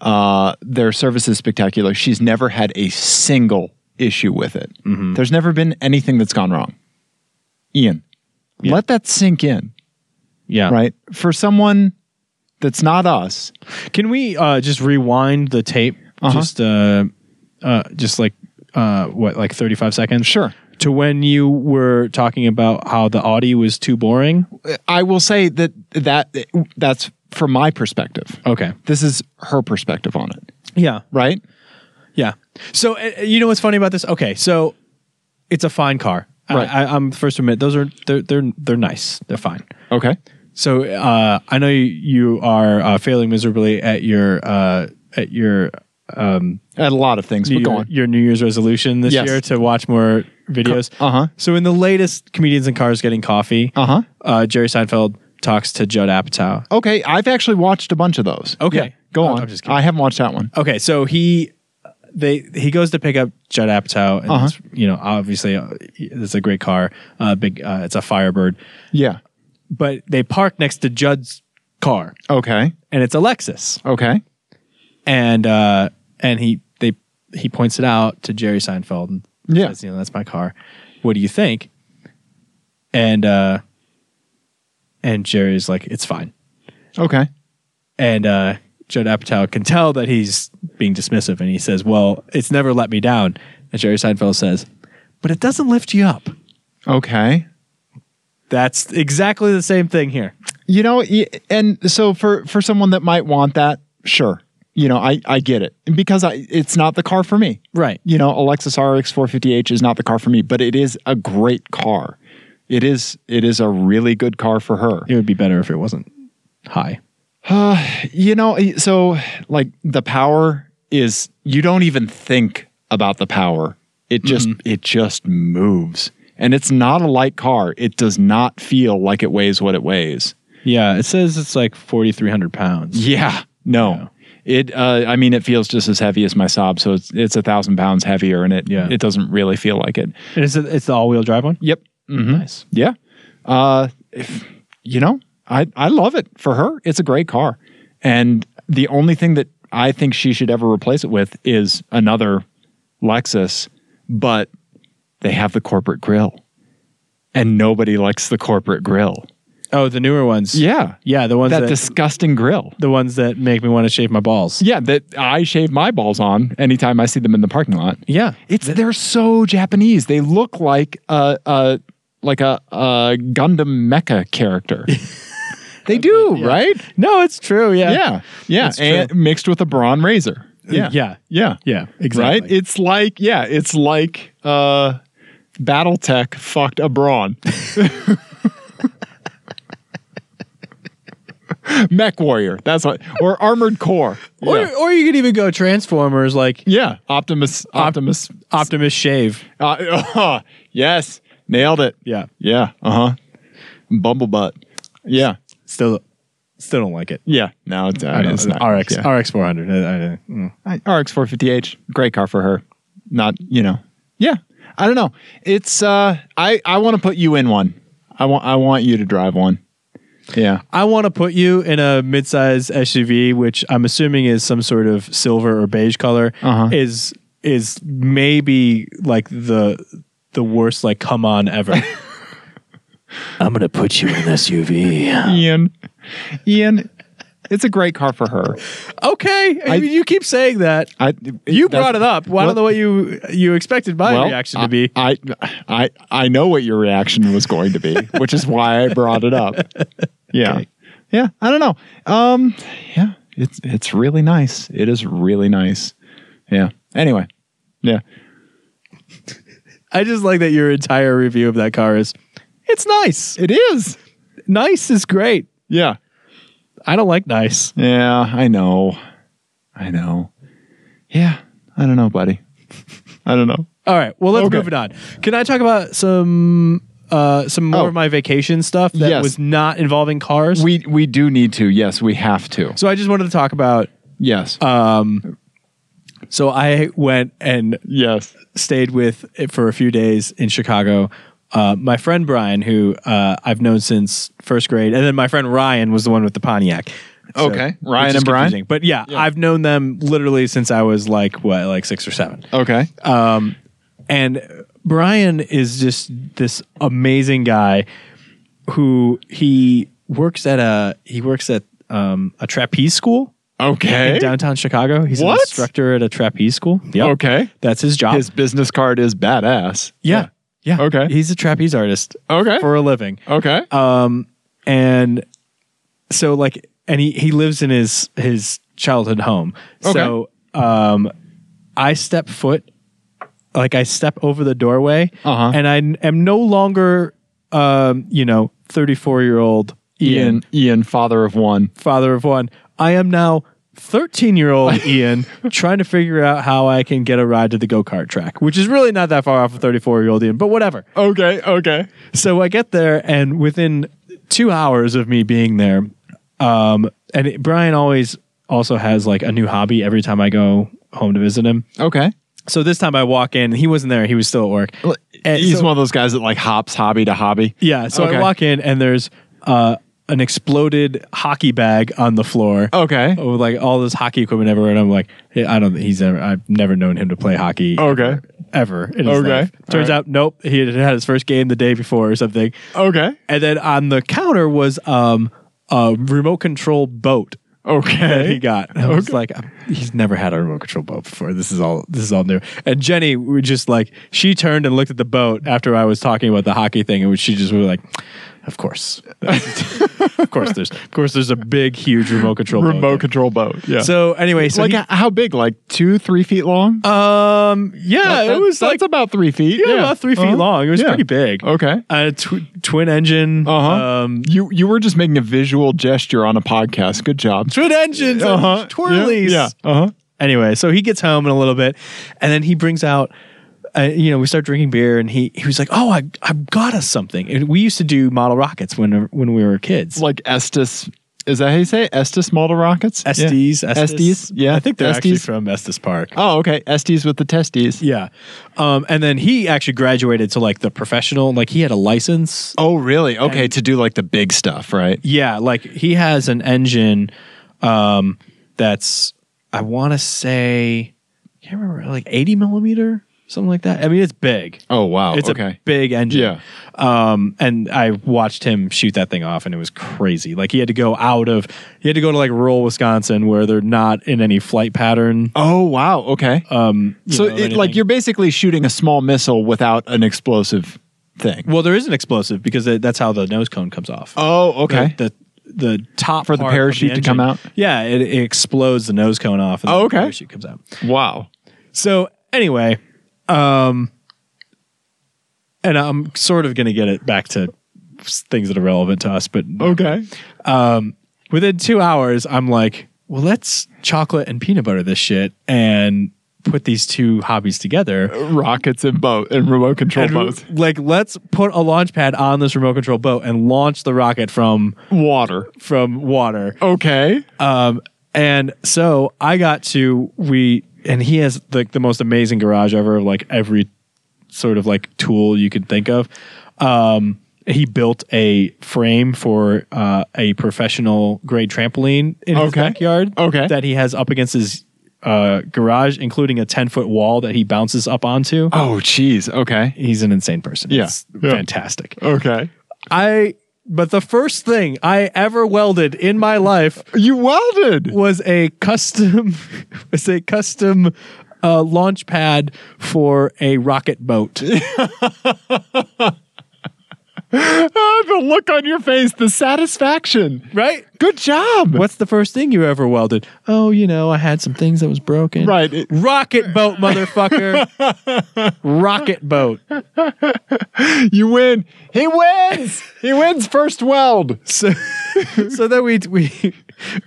Uh, their service is spectacular. She's never had a single issue with it. There's never been anything that's gone wrong. Ian,
Yeah.
let that sink in,
Yeah.
right? For someone that's not us,
Can we uh, just rewind the tape?
Uh-huh.
Just uh, uh, just like uh, what, like thirty five seconds?
Sure.
To when you were talking about how the audio was too boring.
I will say that that that's from my perspective.
Okay.
This is her perspective on it,
Yeah.
right?
Yeah. So uh, you know what's funny about this? Okay, so it's a fine car.
Right.
I, I, I'm first to admit those are they're they're they're nice. They're fine.
Okay.
So uh, I know you, you are uh, failing miserably at your uh, at your
At a lot of things, but go
your,
on.
your New Year's resolution this
Yes.
year to watch more videos.
Uh-huh.
So in the latest comedians in cars getting coffee,
Uh-huh.
uh, Jerry Seinfeld talks to Judd Apatow.
Okay, I've actually watched a bunch of those.
Okay.
go
Oh,
on.
I'm just kidding.
I haven't watched that one.
Okay, so he they he goes to pick up Judd Apatow, and
Uh-huh.
it's, you know obviously uh, it's a great car, uh, big uh, it's a Firebird,
Yeah.
but they park next to Judd's car,
Okay.
and it's a Lexus,
Okay.
and uh, and he they he points it out to Jerry Seinfeld, and
Yeah.
says, you know that's my car. What do you think? And uh, and Jerry's like, it's fine,
Okay.
and uh, Judd Apatow can tell that he's being dismissive, and he says, "Well, it's never let me down." And Jerry Seinfeld says, "But it doesn't lift you up."
Okay.
That's exactly the same thing here.
You know, y- and so for for someone that might want that, sure. You know, I I get it because I it's not the car for me.
Right.
You know, a Lexus RX 450h is not the car for me, but it is a great car. It is it is a really good car for her.
It would be better if it wasn't high.
You know, so like the power is you don't even think about the power. It just it just moves. And it's not a light car. It does not feel like it weighs what it weighs.
Yeah, it says it's like forty three hundred pounds.
Yeah. No. It uh I mean it feels just as heavy as my Saab, so it's it's a thousand pounds heavier and it
Yeah.
it doesn't really feel like it.
And it's it's the all wheel drive one.
Yep. Mm-hmm.
Nice.
Yeah. Uh, if, you know, I, I love it for her. It's a great car. And the only thing that I think she should ever replace it with is another Lexus, but they have the corporate grill. And nobody likes the corporate grill.
Oh, the newer ones.
Yeah.
yeah, the ones
That
that,
disgusting grill.
the ones that make me want to shave my balls.
Yeah, that I shave my balls on anytime I see them in the parking lot.
Yeah,
It's they're so Japanese. They look like a a like a, a Gundam mecha character. they do, right?
no, it's true. Yeah,
Yeah, yeah,
That's true.
and mixed with a brawn razor. Yeah,
Yeah.
yeah,
yeah, exactly.
Right? It's like yeah, it's like uh, BattleTech fucked a brawn. Mech Warrior. That's what, or Armored Core.
Or,
Yeah.
or you could even go Transformers, like
yeah, Optimus. Optimus.
Optimus Shave.
Uh, yes, nailed it.
Yeah,
Yeah. Uh huh. Bumblebutt. Yeah.
still, still don't like it.
Yeah. No, it's, uh, it's not.
RX
Yeah.
RX 400. I- I- mm.
RX 450H. Great car for her. Not, you know. Yeah. I don't know. It's uh I I want to put you in one. I want I want you to drive one. Yeah.
I want to put you in a midsize SUV, which I'm assuming is some sort of silver or beige color.
Uh-huh.
Is is maybe like the the worst like come on ever. I'm gonna put you in an SUV.
Ian. Ian, it's a great car for her.
okay, I, mean, you keep saying that.
I
You brought it up. Well, I don't
Well-
know what you you expected my
Well,
reaction to be.
I, I I know what your reaction was going to be, which is why I brought it up. Yeah. Yeah. I don't know. Um yeah, it's it's really nice. It is really nice. Yeah. Anyway. Yeah.
I just like that your entire review of that car is it's nice.
It is.
Nice is great.
Yeah.
I don't like nice.
Yeah, I know. I know. Yeah. I don't know, buddy. I don't know.
All right. Well, let's
Okay.
move it on. Can I talk about some uh some more
Oh.
of my vacation stuff that
Yes.
was not involving cars?
We we do need to. Yes, we have to.
so I just wanted to talk about
Yes.
Uh, so I went and
yes.
stayed with it for a few days in Chicago. Uh, my friend Brian, who uh, I've known since first grade, and then my friend Ryan was the one with the Pontiac.
Okay.
which
Ryan
is
and Brian?
confusing. But yeah, I've known them literally since I was like what, like six or seven.
Okay.
And Brian is just this amazing guy who he works at a he works at um, a trapeze school
Okay.
in downtown Chicago. He's an
What?
instructor at a trapeze school. Yep.
Okay.
That's his job.
His business card is badass.
yeah. Yeah.
Okay.
He's a trapeze artist
Okay.
for a living.
okay.
Um, and so like, and he, he lives in his, his childhood home. So, um, I step foot, like I step over the doorway
Uh-huh.
and I n- am no longer, um, you know, 34 year old Ian,
Ian, Ian, father of one.
father of one. I am now 13 year old Ian trying to figure out how I can get a ride to the go kart track, which is really not that far off of 34 year old Ian, but whatever.
Okay. Okay.
So I get there, and within two hours of me being there, um, and it- Brian always also has like a new hobby every time I go home to visit him.
Okay.
So this time I walk in, he wasn't there; he was still at work. And
He's
so-
one of those guys that like hops hobby to hobby.
Yeah, so
Okay.
I walk in, and there's uh, an exploded hockey bag on the floor.
Okay.
With like all this hockey equipment everywhere, and I'm like, "Yeah, I don't. He's never. I've never known him to play hockey.
Okay.
Ever. in his
Oh, Okay.
life. Turns
All right.
out, nope. He had had his first game the day before or something.
Okay.
And then on the counter was um, a remote control boat that he
Eh? Okay.
got. And I was like, "Um, he's never had a remote control boat before. This is all this is all new. And Jenny we just like she turned and looked at the boat after I was talking about the hockey thing, and which she just was like, of course, of course, there's of course there's a big huge remote control boat there.
Remote control boat. Yeah.
So anyway, so
like
he-
h- how big? Like two, three feet long?
um yeah, it was
that's
like
about three feet.
yeah, about three feet
Uh-huh.
long. It was
Yeah.
pretty big.
Okay.
Uh, tw- twin engine.
Uh huh.
Um,
you you were just making a visual gesture on a podcast. Good job.
twin engines and
Uh-huh.
twirlies.
Yeah. Uh huh.
Anyway, so he gets home in a little bit, and then he brings out, uh, you know, we start drinking beer, and he he was like, "Oh, I I got us something." And we used to do model rockets when when we were kids.
Like Estes. Is that how you say it? Estes model rockets?
Estes,
Yeah.
Estes,
Estes. Yeah.
I think they're actually
Estes.
from Estes Park.
Oh, okay. Estes with the testes.
Yeah, um, and then he actually graduated to like the professional. Like he had a license.
Oh, really? Okay. to do like the big stuff, right?
Yeah, like he has an engine um, that's I want to say I can't remember like eighty millimeter something like that. I mean, it's big.
Oh, wow.
It's a
okay.
big engine.
Yeah.
Um, and I watched him shoot that thing off, and it was crazy. Like he had to go out of, he had to go to like rural Wisconsin where they're not in any flight pattern.
Oh, wow. Okay.
Um, you
so,
know,
it,
anything.
like, you're basically shooting a small missile without an explosive thing.
well, there is an explosive because that- that's how the nose cone comes off.
Oh,
The-
okay.
The, the top
For the
part of
parachute to
engine-
come out?
Yeah, it, it explodes the nose cone off. And
Oh,
the
okay.
Parachute comes out.
wow.
So anyway, um, and I'm sort of going to get it back to s- things that are relevant to us, but
Okay.
within two hours, I'm like, well, let's chocolate and peanut butter this shit and put these two hobbies together.
Rockets and boat and remote control
And,
boats.
like, let's put a launch pad on this remote control boat and launch the rocket from
Water.
from water.
Okay.
Um, and so I got to we and he has like the most amazing garage ever, like every sort of like tool you could think of. Um, he built a frame for uh, a professional grade trampoline in his
Okay.
backyard
Okay.
that he has up against his uh, garage, including a ten foot wall that he bounces up onto.
oh, geez. Okay.
He's an insane person.
Yeah.
It's
Yeah.
fantastic.
Okay.
I but the first thing I ever welded in my life
You welded.
was a custom was a custom uh, launch pad for a rocket boat.
Ah, the look on your face, the satisfaction.
right?
Good job.
What's the first thing you ever welded? Oh, you know, I had some things that was broken.
Right. It-
Rocket boat, motherfucker. rocket boat.
you win. He wins. he wins first weld.
So, so then we we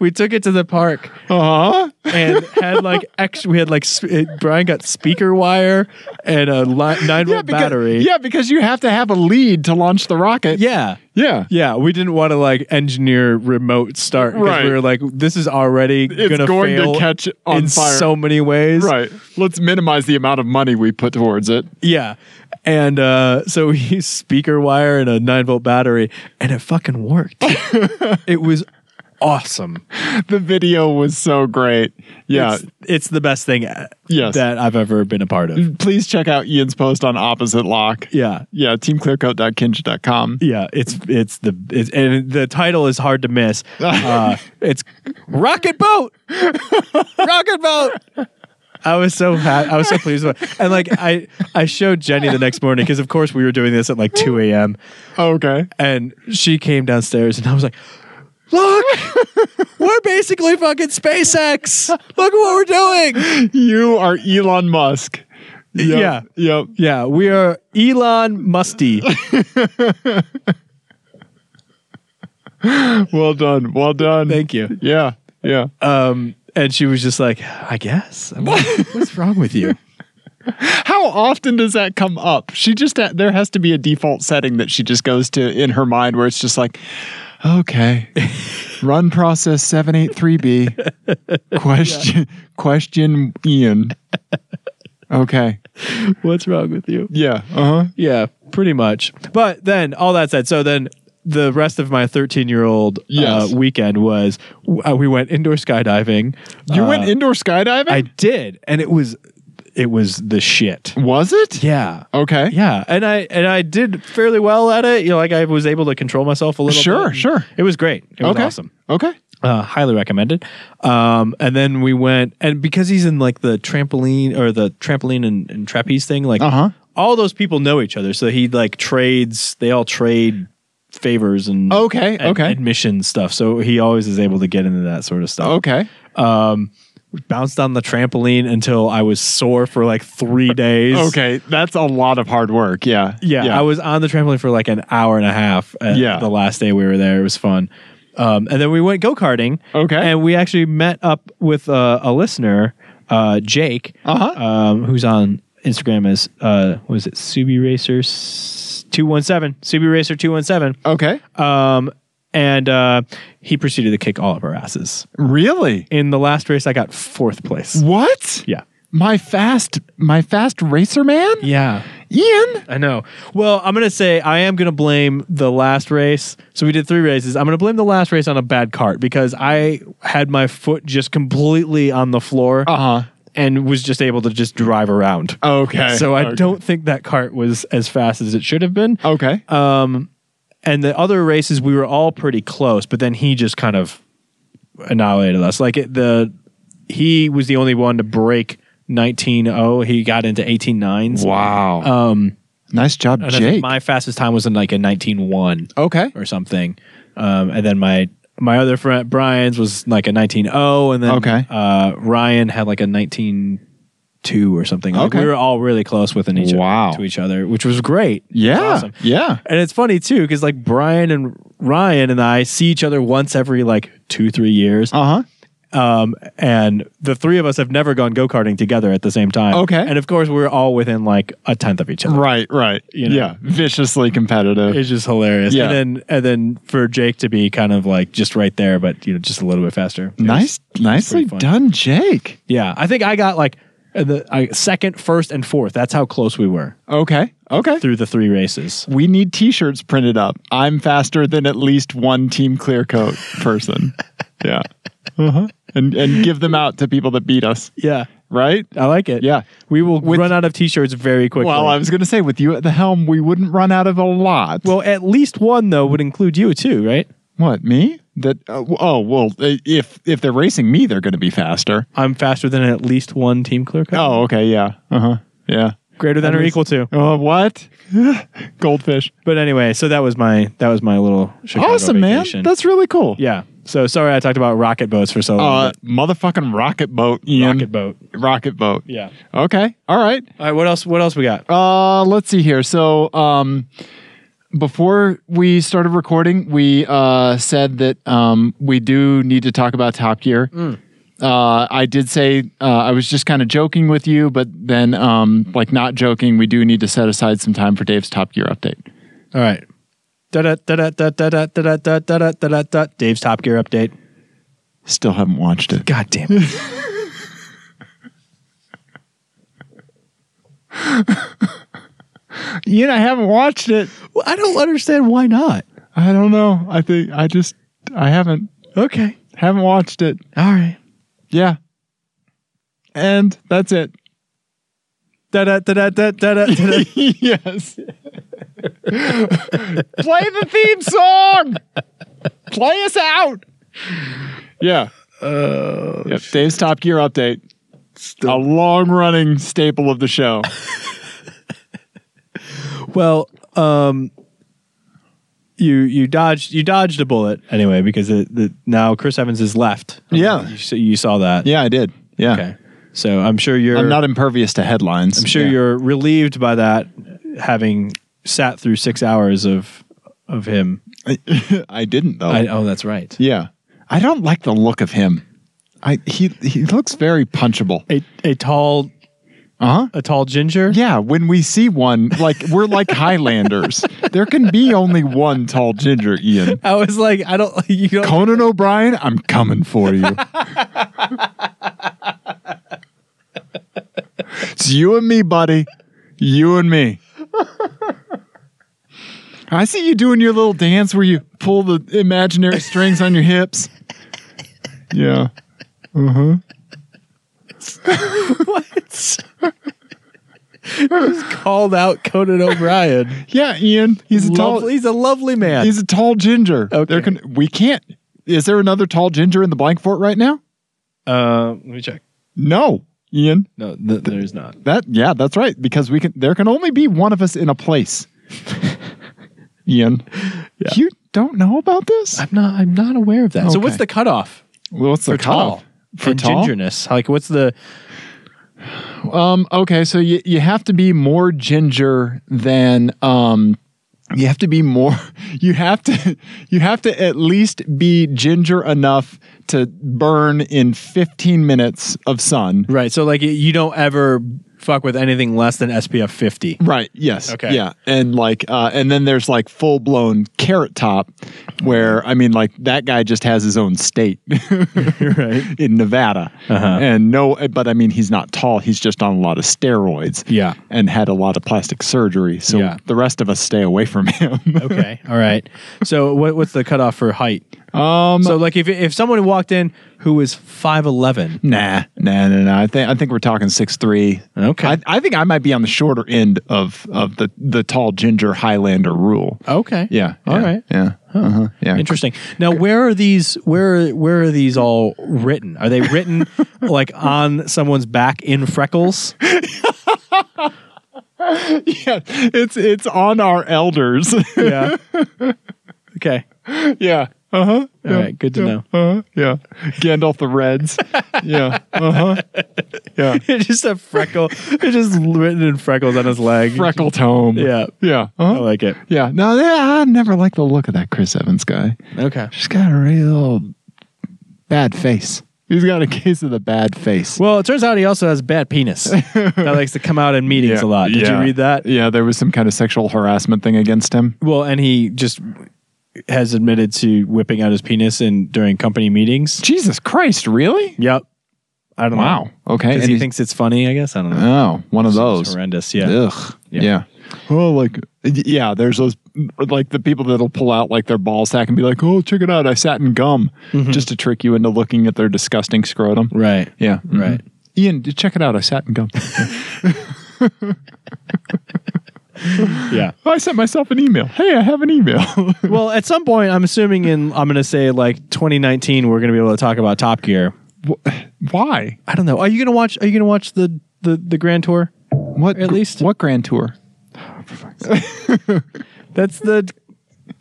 we took it to the park
Uh huh.
and had like extra. We had like sp- uh, Brian got speaker wire and a li- nine volt
because,
battery.
Yeah, because you have to have a lead to launch the rocket.
yeah.
Yeah.
Yeah, we didn't want to like engineer remote start because
Right.
we were like, this is already gonna
going to
fail
catch on
in
fire.
so many ways.
Right. Let's minimize the amount of money we put towards it.
Yeah. And uh, so we used speaker wire and a nine volt battery, and it fucking worked. it was awesome.
the video was so great. Yeah.
It's, it's the best thing uh,
Yes. Mm.
that I've ever been a part of.
Please check out Ian's post on Opposite Lock.
Yeah.
Yeah, teamclearcoat.kinja.com.
Yeah, it's it's the it's, and the title is hard to miss. Uh, it's Rocket Boat, Rocket Boat. I was so happy. I was so pleased. With it. And like I I showed Jenny the next morning because of course we were doing this at like two a.m.
Okay.
and she came downstairs and I was like, "Look, we're basically fucking SpaceX. Look at what we're doing.
You are Elon Musk.
Yeah.
Yep.
Yeah, we are Elon Musty.
Well done. Well done.
Thank you."
Yeah. Yeah.
Um, and she was just like, "I guess. I'm like, what's wrong with you?"
How often does that come up? She just uh, there has to be a default setting that she just goes to in her mind where it's just like, okay, run process seven eight three B, question question Ian. Okay,
What's wrong with you?
yeah, uh huh,
Yeah, pretty much. But then all that said, so then the rest of my 13 year old
Yes.
uh, weekend was uh, we went indoor skydiving.
you
Uh,
went indoor skydiving.
I did, and it was it was the shit.
was it?
Yeah.
Okay.
Yeah, and I and I did fairly well at it. You know, like I was able to control myself a little.
Sure,
bit.
sure.
It was great. It was
okay.
awesome.
Okay.
Uh, highly recommended. Um, and then we went, and because he's in like the trampoline or the trampoline and, and trapeze thing, like
Uh-huh.
all those people know each other. So he like trades, they all trade favors and
Okay,
and
okay.
admission stuff. So he always is able to get into that sort of stuff.
Okay.
Bounced on the trampoline until I was sore for like three days.
Okay. That's a lot of hard work. Yeah.
Yeah, I was on the trampoline for like an hour and a half. uh,
Yeah.
the last day we were there, it was fun. Um, and then we went go karting.
Okay.
and we actually met up with uh, a listener, uh, Jake,
Uh-huh.
um, who's on Instagram as uh, what is it Subi Racer two one seven Subi Racer two one seven.
Okay.
Um, and uh, he proceeded to kick all of our asses.
Really?
In the last race, I got fourth place.
What?
Yeah,
My fast, my fast racer man,
yeah.
Ian.
I know. Well, I'm gonna say I am gonna blame the last race. So we did three races. I'm gonna blame the last race on a bad cart because I had my foot just completely on the floor
Uh huh.
and was just able to just drive around.
Okay.
So I
Okay. Oh.
don't think that cart was as fast as it should have been.
Okay.
And the other races we were all pretty close, but then he just kind of annihilated us. Like it, the he was the only one to break 19.0. He got into 18.9s.
wow. Um. Nice job,
And I think
Jake.
Oh, my fastest time was in like a 19.1.
okay.
or something. Um, and then my my other friend Brian's was like a 19.0, and then
Okay.
uh, Ryan had like a 19.2 or something. Like
Okay.
we were all really close within each
Wow.
to each other, which was great. It was
Yeah.
awesome.
Yeah.
And it's funny too because like Brian and Ryan and I see each other once every like two three years,
Uh huh.
um, and the three of us have never gone go karting together at the same time.
Okay.
and of course we're all within like a tenth of each other.
Right. Right.
You know.
Yeah. Viciously competitive.
It's just hilarious.
Yeah.
And then and then for Jake to be kind of like just right there, but you know, just a little bit faster. It was-
nice. Nicely
pretty fun.
done, Jake.
Yeah. I think I got like uh, the I, second, first, and fourth. That's how close we were
Okay. Okay.
through the three races.
We need T-shirts printed up. I'm faster than at least one team clear coat person. yeah. Uh-huh. And and give them out to people that beat us.
Yeah.
Right.
I like it.
Yeah.
We will run out of t shirts very quickly.
Well, I was going to say, with you at the helm, we wouldn't run out of a lot.
well, at least one though would include you too, right?
What me? That uh, w- oh well, i- if if they're racing me, they're going to be faster.
I'm faster than at least one team clear cut.
Oh, okay, yeah, uh huh, yeah.
Greater than or equal to.
Uh, what? Goldfish.
But anyway, so that was my that was my little Chicago
Awesome, man.
vacation.
That's really cool.
yeah. So sorry I talked about rocket boats for so long.
Uh, um, motherfucking rocket boat, Ian.
rocket boat.
Rocket boat.
Yeah.
Okay. All right.
All right, what else? What else we got?
Uh, let's see here. So, um, before we started recording, we uh, said that um, we do need to talk about Top Gear. Uh, I did say uh, I was just kind of joking with you, but then, um, like, not joking, we do need to set aside some time for Dave's Top Gear update.
All right. Da-da, da-da, da-da, da-da, da-da, da-da, da-da, da. Dave's Top Gear update.
Still haven't watched it.
God damn it.
Ian, I haven't watched it.
well, I don't understand why not.
I don't know. I think I just I haven't.
Okay.
Haven't watched it.
All right.
Yeah. And that's it.
Da da da da da da da.
yes. Play the theme song. Play us out. Yeah.
Oh,
Yep. Dave's Top Gear update.
still
A long running staple of the show.
Well, um, you you dodged you dodged a bullet anyway because the, the now Chris Evans is left.
Yeah.
you, so you saw that.
Yeah, I did. Yeah.
Okay. So I'm sure you're.
I'm not impervious to headlines.
I'm sure you're relieved by that, having sat through six hours of of him.
you're I didn't though.
I, oh, that's right.
yeah. I don't like the look of him. I he he looks very punchable.
A a tall
Uh-huh.
a tall ginger.
Yeah, when we see one, like we're like Highlanders. There can be only one tall ginger, Ian.
I was like, I don't. You don't.
Conan O'Brien, I'm coming for you. it's you and me, buddy. You and me. I see you doing your little dance where you pull the imaginary strings on your hips. Yeah.
what? Just called out Conan O'Brien.
Yeah, Ian. He's a
Lovely- he's a lovely
tall
man.
he's a tall ginger.
Okay.
There can we can't is there another tall ginger in the blank fort right now?
uh, let me check.
No, Ian.
No, th- there's not.
That yeah, that's right. Because we can there can only be one of us in a place. Ian. You don't know about this?
I'm not. I'm not aware of that. So
Okay.
what's the cutoff
What's the
for tall
cutoff? For
and
tall?
gingerness? Like what's the
Um, okay, so you, you have to be more ginger than um you have to be more you have to you have to at least be ginger enough to burn in 15 minutes of sun.
right? So like you don't ever fuck with anything less than SPF 50.
Right. Yes.
Okay.
Yeah. And like, uh, and then there's like full blown carrot top, where I mean, like that guy just has his own state
right.
in Nevada,
Uh-huh.
and no, but I mean, he's not tall. He's just on a lot of steroids.
Yeah.
And had a lot of plastic surgery, so
Yeah.
the rest of us stay away from him.
Okay. All right. So what, what's the cutoff for height?
um.
So like if if someone walked in who was 5'11,
Nah, nah, nah, nah. I think I think we're talking six three.
Okay.
I, I think I might be on the shorter end of of the the tall ginger Highlander rule.
okay.
Yeah.
All
yeah,
right.
Yeah. Uh-huh, yeah.
Interesting. Now, where are these? Where where are these all written? Are they written like on someone's back in freckles?
yeah, it's it's on our elders.
Yeah. okay.
yeah. Uh huh.
All right. Good to know.
Uh huh. Yeah. Gandalf the Reds. yeah. Uh huh. Yeah.
it's just a freckle. It's just written in freckles on his leg.
Freckle tome.
Yeah.
Yeah.
I
Uh-huh.
like it.
yeah. No, yeah, I never liked the look of that Chris Evans guy.
Okay.
He's got a real bad face. He's got a case of the bad face.
Well, it turns out he also has bad penis that likes to come out in meetings a lot. Did
Yeah.
you read that?
Yeah, there was some kind of sexual harassment thing against him.
Well, and he just has admitted to whipping out his penis in during company meetings.
Jesus Christ, really?
Yep. I don't know.
Wow. Okay.
Because
and
he
he's-
thinks it's funny, I guess. I don't know.
Oh, one of
It's
those.
horrendous. Yeah.
Ugh.
Yeah.
Yeah. Oh, like yeah. There's those like the people that'll pull out like their ball sack and be like, "Oh, check it out! I sat in gum," just to trick you into looking at their disgusting scrotum.
Right. Mm-hmm.
Yeah.
Right.
Mhm. Ian, d- check it out! I sat in gum.
Yeah.
I sent myself an email. Hey, I have an email.
Well, at some point, I'm assuming in I'm going to say like 2019, we're going to be able to talk about Top Gear.
Wh- Why?
I don't know. Are you going to watch? Are you going to watch the the the Grand Tour?
What?
At
gr-
least-
what grand tour?
That's the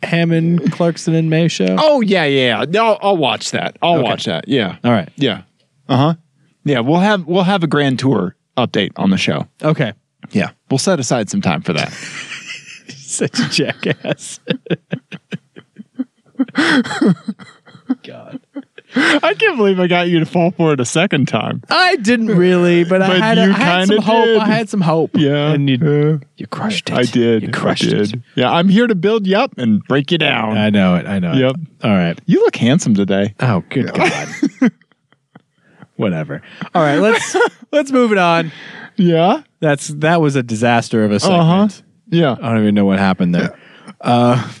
Hammond, Clarkson, and May show.
Oh yeah, yeah. yeah. No, I'll watch that. I'll watch that. Yeah.
All right.
Yeah. Uh huh. Yeah, we'll have we'll have a grand tour update on the show.
Okay.
Yeah, we'll set aside some time for that.
Such a jackass. God.
I can't believe I got you to fall for it a second time.
I didn't really, but, I
But
had,
you
I had some
kinda
hope.
did.
I had some hope.
Yeah.
And you,
Yeah.
you crushed it.
I did.
You crushed
I did.
it.
Yeah, I'm here to build you up and break you down.
I know it. I know
Yep.
it. All right.
you look handsome today.
Oh, good God. Whatever. All right, let's let's move it on.
Yeah.
That's that was a disaster of a segment.
Uh huh. Yeah.
I don't even know what happened there. Uh,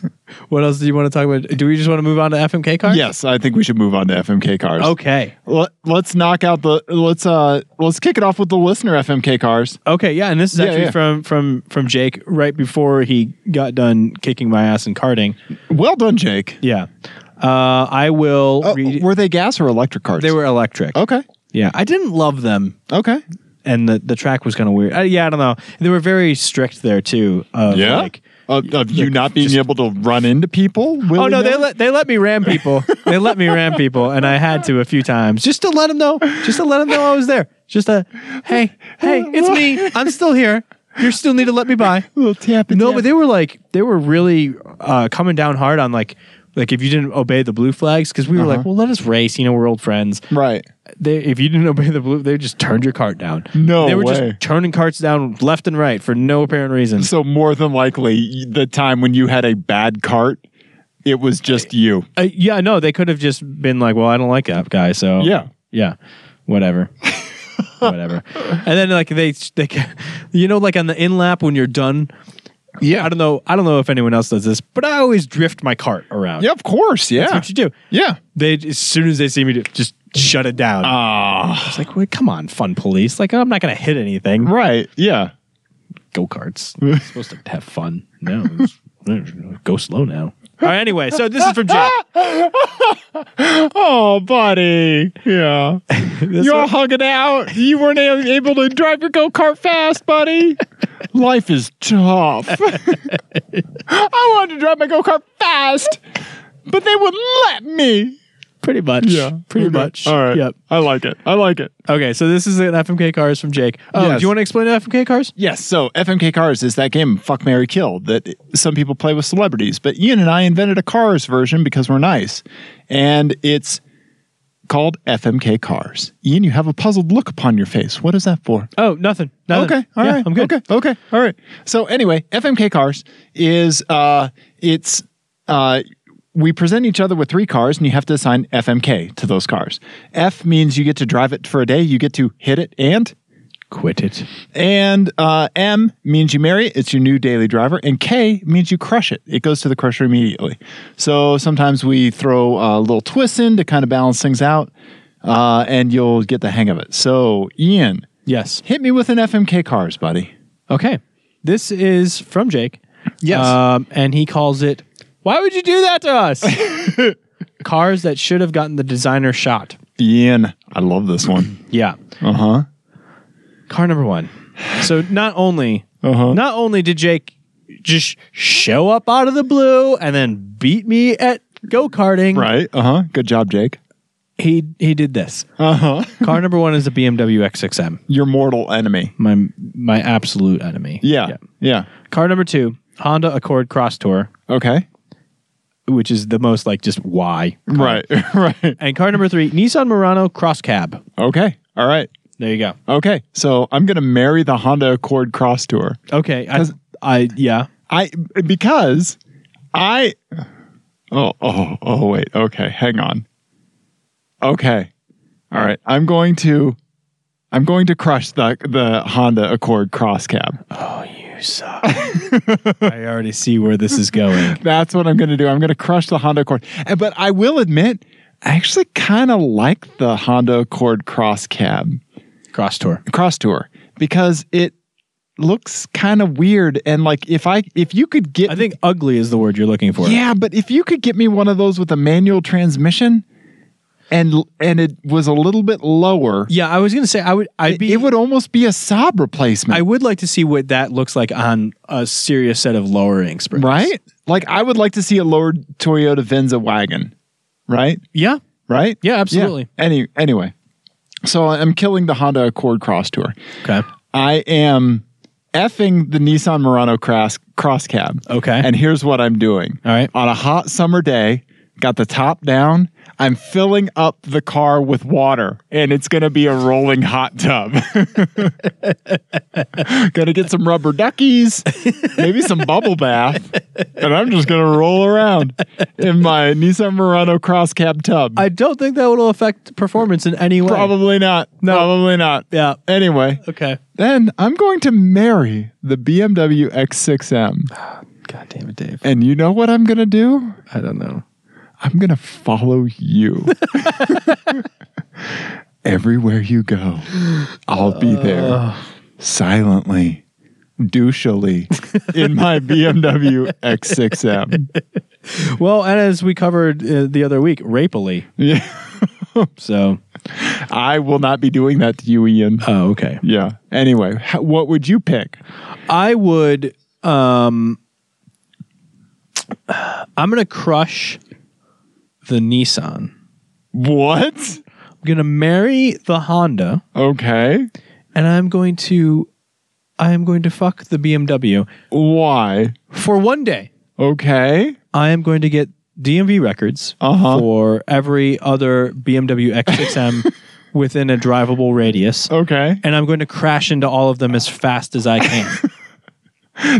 What else do you want to talk about? Do we just want to move on to FMK cars?
Yes, I think we should move on to FMK cars.
Okay.
Let, us knock out the let's uh let's kick it off with the listener FMK cars.
Okay, yeah, and this is
Yeah,
actually
yeah.
from from from Jake right before he got done kicking my ass and carding.
Well done, Jake.
Yeah, uh, I will.
Oh,
read,
were Oh. they gas or electric cars?
they were electric.
okay.
Yeah, I didn't love them,
Okay.
and the the track was kind of weird. Uh, yeah, I don't know. They were very strict there too. Of
Yeah.
like-
of, of you not being able to run into people.
Oh no, they
willy-nilly?
let they let me ram people. they let me ram people, and I had to a few times just to let them know, just to let them know I was there. Just a hey, hey, it's me. I'm still here. You still need to let me by.
little tap.
No, but they were like they were really uh, coming down hard on like like if you didn't obey the blue flags because we were
Uh-huh.
like, well, let us race. You know, we're old friends.
right.
They if you didn't obey the blue, they just turned your cart down.
No
they were
way.
just turning carts down left and right for no apparent reason.
So more than likely, the time when you had a bad cart, it was just you.
Uh, yeah, no, they could have just been like, well, I don't like that guy, so
Yeah.
yeah, whatever. whatever and then like they they you know like on the in lap when you're done
Yeah.
i don't know i don't know if anyone else does this but i always drift my cart around
Yeah, of course. Yeah.
that's what you do
yeah.
they as soon as they see me do- just shut it down.
Ah.
it's like, wait, come on, fun police. Like, I'm not gonna hit anything.
right. Yeah.
Go karts. supposed to have fun. No, it's- go slow now. All right. Anyway, so this is from Jake.
Ah! Oh, buddy. Yeah. you all hung it out. You weren't a- able to drive your go kart fast, buddy. Life is tough. I wanted to drive my go kart fast, but they wouldn't let me.
Pretty much. Pretty much.
All right.
Yep.
I like it. I like it.
Okay. So this is an FMK cars from Jake. Oh,
Yes.
do you want to explain FMK cars?
Yes, so FMK Cars is that game Fuck Mary Kill that some people play with celebrities, but Ian and I invented a Cars version because we're nice. And it's called FMK Cars. Ian, you have a puzzled look upon your face. What is that for?
Oh, nothing. nothing.
Okay. all
Yeah,
right,
I'm good.
Okay. Okay. All right. So anyway, FMK cars is uh it's uh we present each other with three cars and you have to assign FMK to those cars. F means you get to drive it for a day, you get to hit it and
Quit it.
and uh, M means you marry it. It's your new daily driver. And K means you crush it. It goes to the crusher immediately. So sometimes we throw a little twist in to kind of balance things out, uh, and you'll get the hang of it. So, Ian,
Yes.
hit me with an FMK cars, buddy.
Okay. This is from Jake.
Yes.
Um, and he calls it, Why would you do that to us? Cars that should have gotten the designer shot.
Ian, I love this one.
Yeah.
Uh huh.
Car number one. So not only
Uh-huh.
not only did Jake just show up out of the blue and then beat me at go karting,
Right. Uh huh. Good job, Jake.
he he did this.
Uh huh.
Car number one is a BMW X6M,
Your mortal enemy.
my my absolute enemy.
Yeah. Yeah.
Car number two, Honda Accord Cross Tour,
Okay.
which is the most like just why.
Right. right.
And car number three, Nissan Murano Cross Cab.
Okay. All right.
There you go.
Okay. So I'm gonna marry the Honda Accord Cross Tour.
Okay, I,
'Cause-
I yeah.
I because I oh oh oh wait okay hang on okay all right I'm going to I'm going to crush the the Honda Accord Cross Cab
Oh, you suck. I already see where this is going.
that's what I'm going to do I'm going to crush the Honda Accord And- but I will admit I actually kind of like the Honda Accord Cross Cab
Cross Tour.
Cross Tour because it looks kind of weird and like if I if you could get
I think ugly is the word you're looking for.
Yeah, but if you could get me one of those with a manual transmission, and and it was a little bit lower,
Yeah, I was gonna say I would. I'd be.
it would almost be a Saab replacement,
I would like to see what that looks like on a serious set of lowering springs.
right? Like I would like to see a lowered Toyota Venza wagon, right?
Yeah.
Right?
Yeah, absolutely.
Any anyway, so I'm killing the Honda Accord Cross Tour.
Okay.
I am effing the Nissan Murano Cross Cross Cab.
Okay.
And here's what I'm doing.
All right.
on a hot summer day, got the top down. I'm filling up the car with water, and it's going to be a rolling hot tub. going to get some rubber duckies, maybe some bubble bath, and I'm just going to roll around in my Nissan Murano cross cab tub.
I don't think that will affect performance in any way.
Probably not. Probably not.
Yeah.
Anyway,
Okay.
then I'm going to marry the BMW X6M.
God damn it, Dave.
And you know what I'm going to do?
I don't know.
I'm going to follow you. Everywhere you go, I'll be there silently, douchily in my BMW X6M.
Well, and as we covered uh, the other week, rapily.
Yeah.
So,
I will not be doing that to you, Ian.
oh, okay.
Yeah. Anyway, h- what would you pick?
I would. Um, I'm gonna crush the Nissan.
What?
I'm gonna marry the Honda,
Okay.
and I'm going to, I am going to fuck the BMW
Why?
for one day.
Okay.
I am going to get DMV records
Uh-huh.
for every other BMW X6M within a drivable
Oh.
radius,
Okay.
and I'm going to crash into all of them as fast as I can.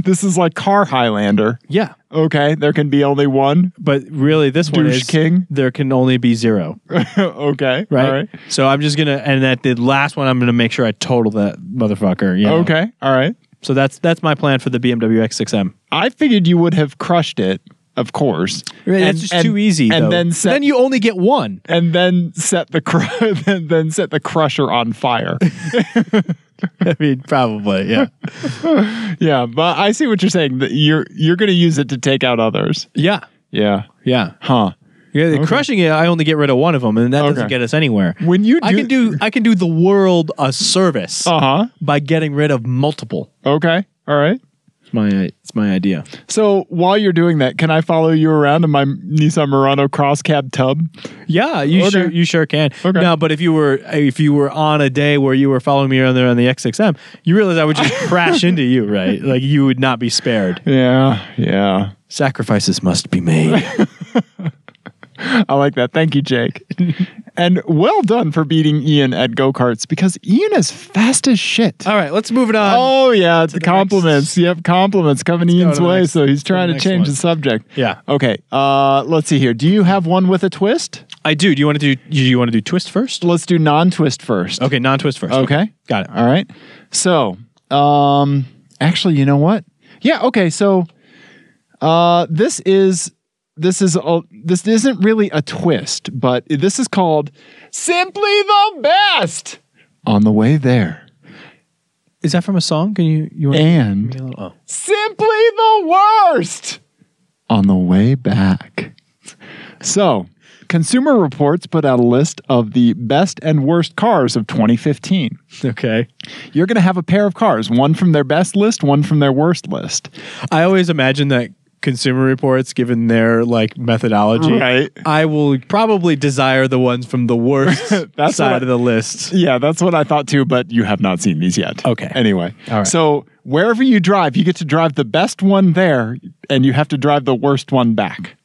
This is like Car Highlander.
yeah,
Okay. There can be only one.
but really, this one
Douche
is
king.
There can only be zero.
okay.
right?
All right.
So I'm just gonna, and at the last one, I'm gonna make sure I total that motherfucker. You know?
Okay. All right.
So that's that's my plan for the BMW X6M.
I figured you would have crushed it, of course.
that's just too easy.
And
though.
then set
then you only get one.
and then set the cru- then, then set the crusher on fire.
I mean, probably, yeah,
yeah, but I see what you're saying. That you're you're going to use it to take out others.
yeah,
Yeah.
yeah.
Huh.
Yeah, crushing it. I only get rid of one of them, and that doesn't
Okay.
get us anywhere.
When you
I
do-
can do, Oh. I can do the world a service
Uh-huh.
by getting rid of multiple.
Okay. All right.
It's my, it's my idea.
So while you're doing that, can I follow you around in my Nissan Murano cross cab tub?
Yeah, you
Okay.
sure you sure can.
Okay.
No, but if you were if you were on a day where you were following me around there on the X6M, you realize I would just crash into you, right? Like you would not be spared.
Yeah, yeah.
Sacrifices must be made.
I like that. Thank you, Jake. and well done for beating Ian at go karts because Ian is fast as shit.
All right, let's move it on.
Oh yeah, the compliments. Yep, compliments coming Ian's
to the
way.
next-
so he's trying
the
to,
next
change
one.
the subject.
Yeah.
Okay. Uh, let's see here. Do you have one with a twist?
I do. Do you want to do? Do you want to do twist first?
Let's do non-twist first.
Okay, non-twist first.
Okay.
got it.
All right. So, um, actually, you know what? Yeah. Okay. So, uh, this is this is a, this isn't really a twist, but this is called simply the best. On the way there,
Is that from a song? Can you you want
and
to? Oh.
simply the worst on the way back. So, Consumer Reports put out a list of the best and worst cars of 2015.
Okay.
You're going to have a pair of cars, one from their best list, one from their worst list.
I always imagine that consumer reports, given their like methodology,
Right.
I will probably desire the ones from the worst
what
side
I-
of the list.
Yeah, that's what I thought too, but you have not seen these yet.
Okay.
Anyway,
All right.
so wherever you drive, you get to drive the best one there, and you have to drive the worst one back.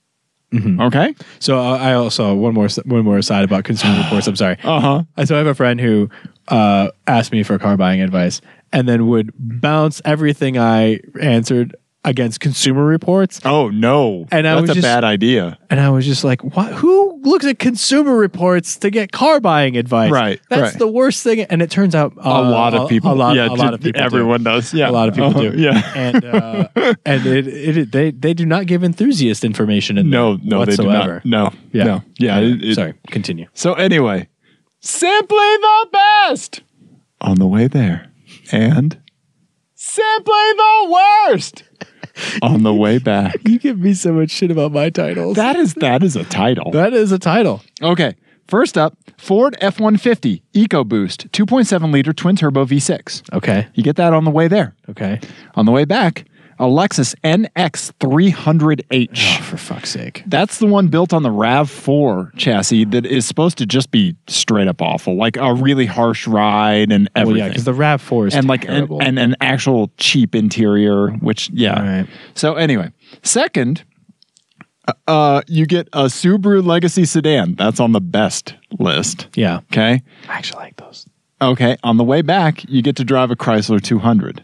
Mm-hmm.
Okay.
So uh, I also one more one more aside about consumer reports. I'm sorry.
Uh huh.
Uh, So I have a friend who uh, asked me for car buying advice, and then would bounce everything I answered against consumer reports,
Oh no,
And I
that's
was
a
just-
bad idea.
and I was just like, "What? Who looks at consumer reports to get car buying advice?
Right,
That's
right.
the worst thing." And it turns out uh,
a lot of people.
a, lot,
yeah,
a lot of people, do.
Everyone does. Yeah,
a lot of people
Uh-huh,
do.
Yeah.
and uh, and it, it, it they they do not give enthusiast information in
No,
there
no,
whatsoever.
they do not. No,
Yeah.
no, yeah. it- it-
Sorry, continue.
So anyway, simply the best on the way there, and simply the worst on the way back.
You give me so much shit about my titles.
That is that is a title.
that is a title.
Okay. First up, Ford F one fifty EcoBoost, two point seven liter twin turbo V six.
Okay.
You get that on the way there.
Okay.
On the way back, a Lexus NX three hundred H.
Oh, For fuck's sake.
That's the one built on the RAV4 chassis that is supposed to just be straight up awful, like a really harsh ride and
Well,
everything.
yeah, because the Rav Four is
and like an,
terrible.
and an actual cheap interior, which
All
yeah.
right.
So anyway, second, uh, you get a Subaru Legacy sedan. That's on the best list.
yeah,
Okay,
I actually like those.
okay. On the way back, you get to drive a Chrysler 200.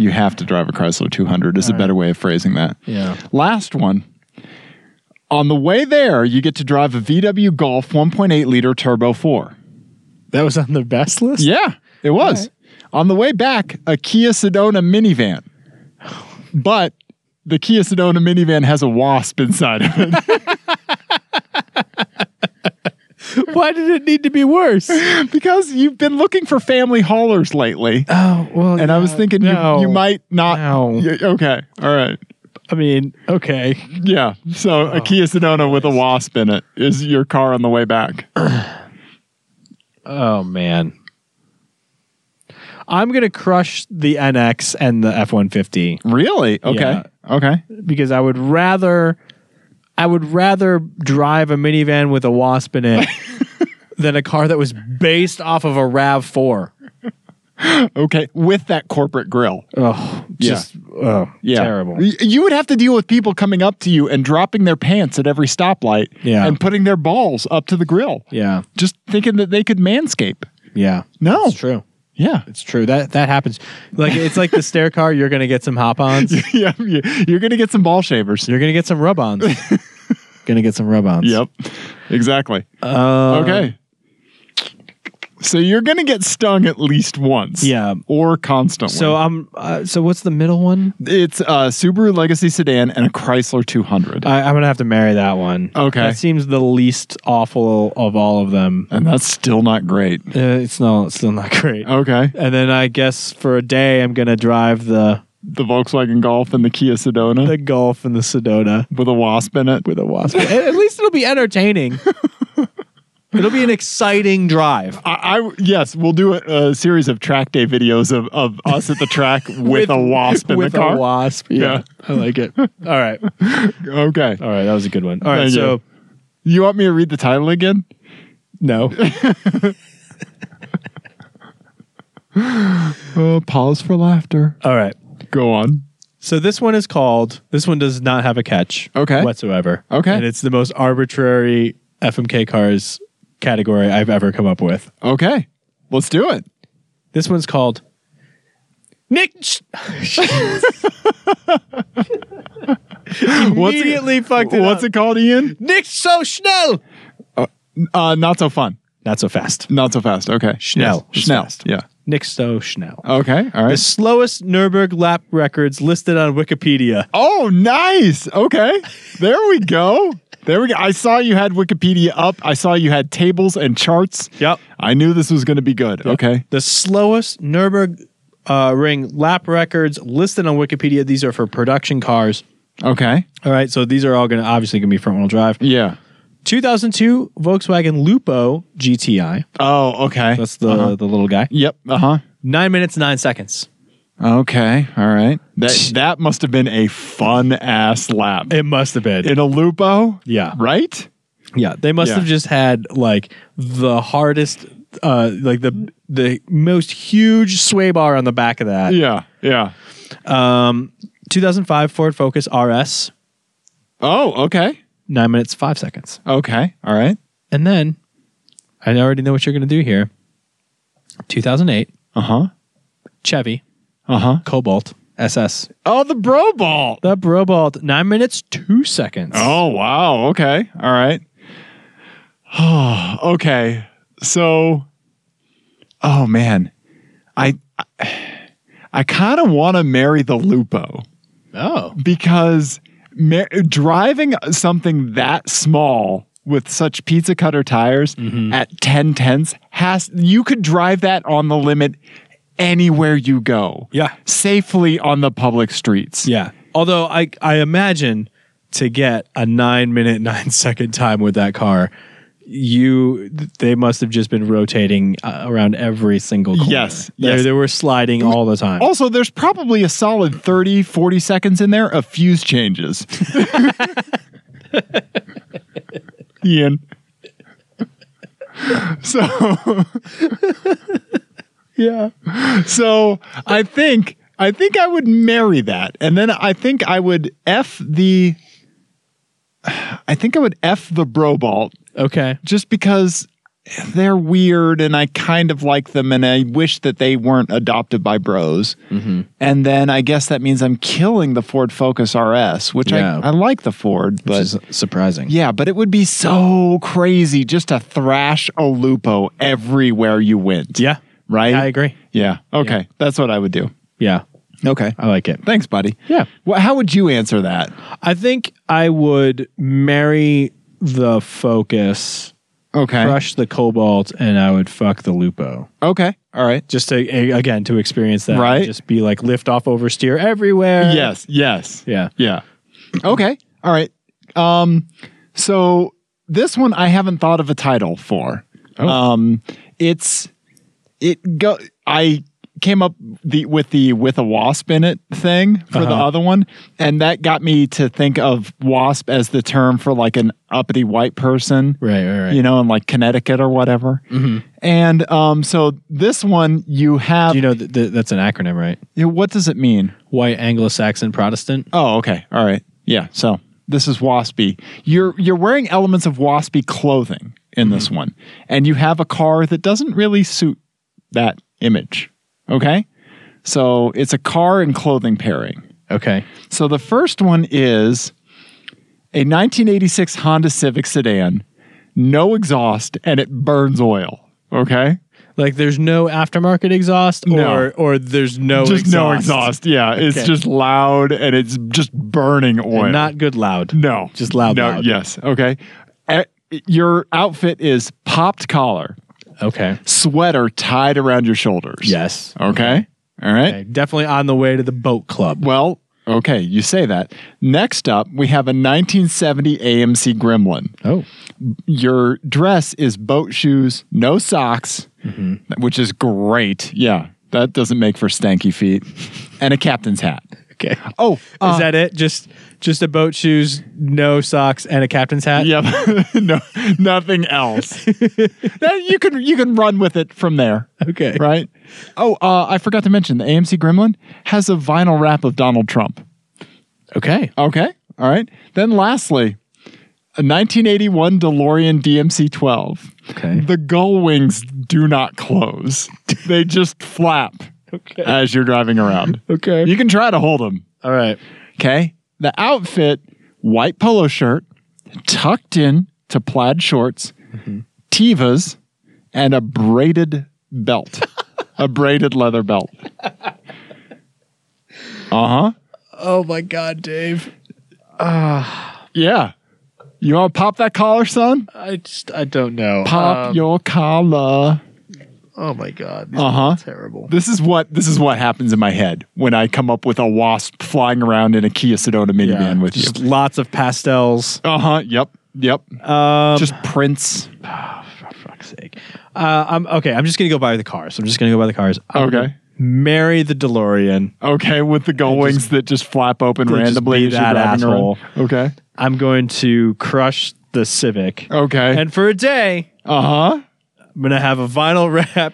You have to drive a Chrysler 200 is a better way of phrasing that.
Yeah.
Last one. On the way there, you get to drive a VW Golf 1.8 liter turbo 4.
That was on the best list.
Yeah, it was. On the way back, a Kia Sedona minivan. But the Kia Sedona minivan has a wasp inside of it
Why did it need to be worse?
because you've been looking for family haulers lately.
Oh well,
And I was thinking
no.
you, you might not.
No.
Y- okay. All right.
I mean, okay.
Yeah. So
Oh,
a Kia Sedona with a wasp in it is your car on the way back.
Oh man, I'm gonna crush the NX and the F150
Really? Okay.
Yeah.
Okay.
because I would rather, I would rather drive a minivan with a wasp in it than a car that was based off of a Rav Four.
Okay. With that corporate grill.
Oh, just oh,
Yeah.
terrible.
Y- You would have to deal with people coming up to you and dropping their pants at every stoplight
Yeah.
and putting their balls up to the grill.
Yeah,
Just thinking that they could manscape.
yeah.
No.
It's true.
Yeah.
It's true. That that happens. Like it's like the stair car. You're gonna get some hop ons.
yeah. you- You're going to get some ball shavers.
You're gonna get some rub ons. gonna get some rub ons.
Yep. Exactly.
Uh,
Okay. So you're going to get stung at least once.
Yeah.
Or constantly.
So I'm. Uh, so what's the middle one?
it's a Subaru Legacy sedan and a Chrysler 200.
I, I'm gonna have to marry that one.
Okay.
That seems the least awful of all of them.
and that's still not great.
Uh, it's not. It's still not great.
Okay.
And then I guess for a day I'm gonna drive the
The Volkswagen Golf and the Kia Sedona
the Golf and the Sedona
with a wasp in it.
with a wasp. at at least it'll be entertaining. it'll be an exciting drive.
I, I yes, we'll do a, a series of track day videos of, of us at the track with, a wasp in
with
the car.
a wasp.
Yeah.
Yeah, I like it. All right, all
Okay,
right, that was a good one. All right,
Thank
so
you. you want me to read the title again?
no,
Uh, pause for laughter.
all right.
Go on.
So this one is called. This one does not have a catch,
Okay.
whatsoever.
Okay.
and it's the most arbitrary FMK cars category I've ever come up with.
Okay, let's do it.
This one's called Nick. Immediately fucked it
What's
up.
it called, Ian?
Nick so schnell.
Uh, not so fun.
Not so fast.
Not so fast. Okay.
Schnell.
Yes. Schnell.
Fast.
Yeah.
Nick so schnell.
Okay. All right.
The slowest Nurburg lap records listed on Wikipedia.
Oh, nice. Okay. There we go. There we go. I saw you had Wikipedia up. I saw you had tables and charts.
Yep.
I knew this was going to be good. Okay.
The slowest Nurburg uh, ring lap records listed on Wikipedia. These are for production cars.
Okay.
All right, so these are all going to obviously going to be front wheel drive.
Yeah.
2002 Volkswagen Lupo GTI.
Oh, okay.
That's the
Uh-huh.
the little guy.
Yep. Uh huh.
Nine minutes nine seconds.
Okay. All right. That that must have been a fun ass lap
It must have been.
in a Lupo.
Yeah.
Right.
yeah, they must
Yeah.
have just had like the hardest, uh, like the the most huge sway bar on the back of that.
Yeah. Yeah.
Um, 2005 Ford Focus RS.
Oh. Okay.
Nine minutes five seconds.
Okay. All right.
And then I already know what you're going to do here. 2008
Uh huh.
Chevy
Uh huh.
Cobalt SS.
Oh, the Bro Ball.
The Brobalt, nine minutes, two seconds.
Oh wow. Okay. All right. Oh, okay. So oh man. I I kind of want to marry the Lupo
Oh.
because mar- driving something that small with such pizza cutter tires at 10 tenths has you could drive that on the limit anywhere you go.
Yeah.
Safely on the public streets.
Yeah. Although I, I imagine to get a nine minute, nine second time with that car, you they must have just been rotating uh, around every single corner.
Yes,
They,
yes. oh.
they were sliding all the time.
Also, there's probably a solid 30, 40 seconds in there of fuse changes. Ian. So,
yeah.
so I think I think I would marry that, and then I think I would f the. I think I would f the Brobalt
Okay.
just because they're weird and I kind of like them and I wish that they weren't adopted by bros.
Mm-hmm.
And then I guess that means I'm killing the Ford Focus RS, which
Yeah.
I, I like the Ford, but
Which is surprising.
yeah, but it would be so crazy just to thrash a Lupo everywhere you went.
Yeah.
Right?
I agree.
Yeah. Okay. That's what I would do.
Yeah.
Okay.
I like it.
Thanks, buddy.
Yeah.
Well, how would you answer that?
I think I would marry the Focus,
Okay.
crush the Cobalt, and I would fuck the Lupo.
Okay. All right.
Just to a- again to experience that,
Right.
Just be like lift off, oversteer everywhere.
Yes. Yes.
yeah.
Yeah. Okay. All right. Um, so this one I haven't thought of a title for.
Oh.
Um, it's it go. I came up the with the with a wasp in it thing for the
Uh-huh.
other one, and that got me to think of wasp as the term for like an uppity white person
Right, right, right.
you know, in like Connecticut or whatever. And um, so this one you have.
Do you know that th- that's an acronym, right?
you know, what does it mean?
White Anglo-Saxon Protestant.
Oh, okay, all right, yeah. So this is waspy. You're you're wearing elements of waspy clothing in this
Mm-hmm.
one, and you have a car that doesn't really suit that image. Okay, so it's a car and clothing pairing.
Okay.
So the first one is a 1986 Honda Civic sedan, no exhaust, and it burns oil. Okay.
Like there's no aftermarket exhaust,
No.
or or there's no
just
exhaust.
no exhaust. Yeah, it's
Okay.
just loud and it's just burning oil.
And not good loud.
no,
just loud,
No,
loud.
yes. Okay. Uh, your outfit is popped collar,
Okay.
sweater tied around your shoulders.
Yes.
Okay. All right.
Okay. Definitely on the way to the boat club.
Well, okay, you say that. Next up, we have a 1970 AMC Gremlin.
Oh.
Your dress is boat shoes, no socks,
Mm-hmm.
which is great. Yeah, that doesn't make for stanky feet, and a captain's hat.
Okay.
Oh,
Is that it? Just just a boat shoes, no socks, and a captain's hat.
Yep. no, nothing else. Now, you can you can run with it from there.
Okay.
Right. Oh, uh, I forgot to mention the AMC Gremlin has a vinyl wrap of Donald Trump.
Okay.
Okay. All right. Then lastly, a 1981 DeLorean DMC-12.
Okay.
The gull wings do not close. they just flap
Okay.
as you're driving around.
Uh, okay.
You can try to hold them.
All right.
Okay. The outfit white polo shirt, tucked in to plaid shorts,
Mm-hmm.
tivas, and a braided belt, a braided leather belt. Uh huh.
Oh my God, Dave.
Yeah. You want to pop that collar, son?
I just I don't know.
Pop
Um,
your collar.
oh my God. These
Uh-huh.
are Terrible.
This is what this is what happens in my head when I come up with a wasp flying around in a Kia Sedona minivan with you.
just lots of pastels.
Uh huh. Yep. Yep.
Um,
Just prints.
for fuck's sake. Uh, I'm okay. I'm just gonna go buy the cars. I'm just gonna go buy the cars. I'm
Okay.
gonna Marry the DeLorean.
Okay, with the gull wings that just flap open
just
randomly
be
as you're
that
driving
asshole.
around. Okay.
I'm going to crush the Civic.
Okay.
And for a day,
uh huh.
I'm gonna have a vinyl wrap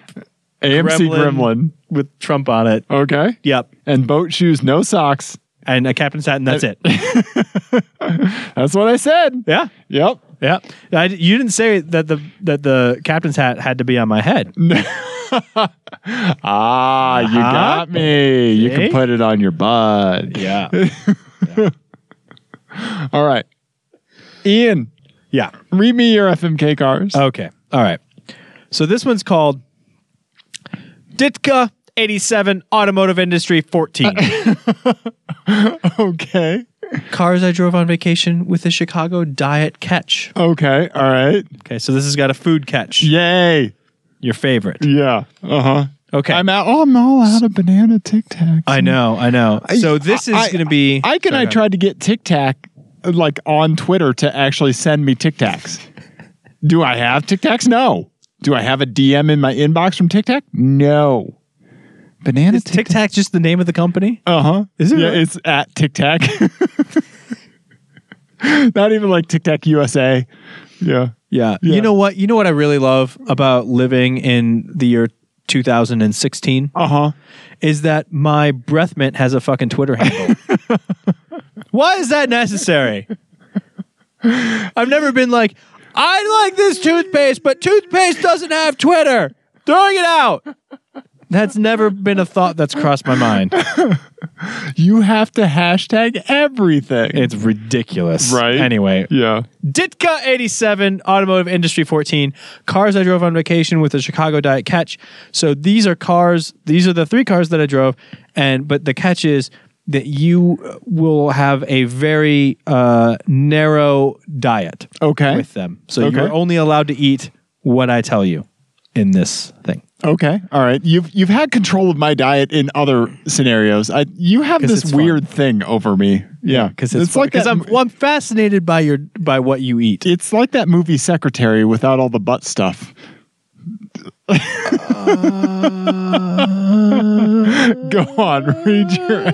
AMC Gremlin.
Gremlin. with Trump on it.
Okay.
Yep.
And boat shoes, no socks.
And a captain's hat, and that's it.
That's what I said.
Yeah.
Yep.
Yeah. I, you didn't say that the that the captain's hat had to be on my head.
Ah, you
Uh-huh.
got me. You can
See?
put it on your butt.
Yeah.
All right. Ian,
yeah.
read me your FMK cars.
Okay. All right. So this one's called Ditka 87 Automotive Industry 14.
okay.
Uh, Cars I drove on vacation with a Chicago diet catch.
Okay. All right.
Okay, so this has got a food catch.
Yay.
Your favorite.
Yeah. Uh huh.
Okay.
I'm out. Oh, I'm all out of banana Tic Tacs.
I know, I know. So this is
I-
going to be
I can.
Sorry, go
I
ahead.
tried to get Tic Tac uh, like on Twitter to actually send me Tic Tacs. Do I have Tic Tacs? No. Do I have a DM in my inbox from Tic Tac? No. Banana Tic
Tic Tac just the name of the company?
Uh huh.
Is it
Yeah,
really?
it's at Tic Tac. Not even like Tic Tac USA. Yeah.
Yeah.
Yeah.
You know what? You know what I really love about living in the year 2016
Uh huh.
is that my breath mint has a fucking Twitter handle. Why is that necessary? I've never been like, I like this toothpaste, but toothpaste doesn't have Twitter. Throwing it out. That's never been a thought that's crossed my mind.
You have to hashtag everything.
It's ridiculous.
Right.
Anyway,
yeah.
Ditka 87, Automotive Industry 14, cars I drove on vacation with the Chicago Diet Catch. So these are cars, these are the three cars that I drove. And, but the catch is that you will have a very uh, narrow diet
Okay.
with them. So
Okay.
you're only allowed to eat what I tell you in this thing.
Okay. All right. You've you've had control of my diet in other scenarios. I you have
'Cause
this
it's fun.
weird thing over me. Yeah,
Uh, Cause it's,
like that,
I'm, well, I'm fascinated by your, by what you eat.
it's like that movie Secretary without all the butt stuff. Go on, read your.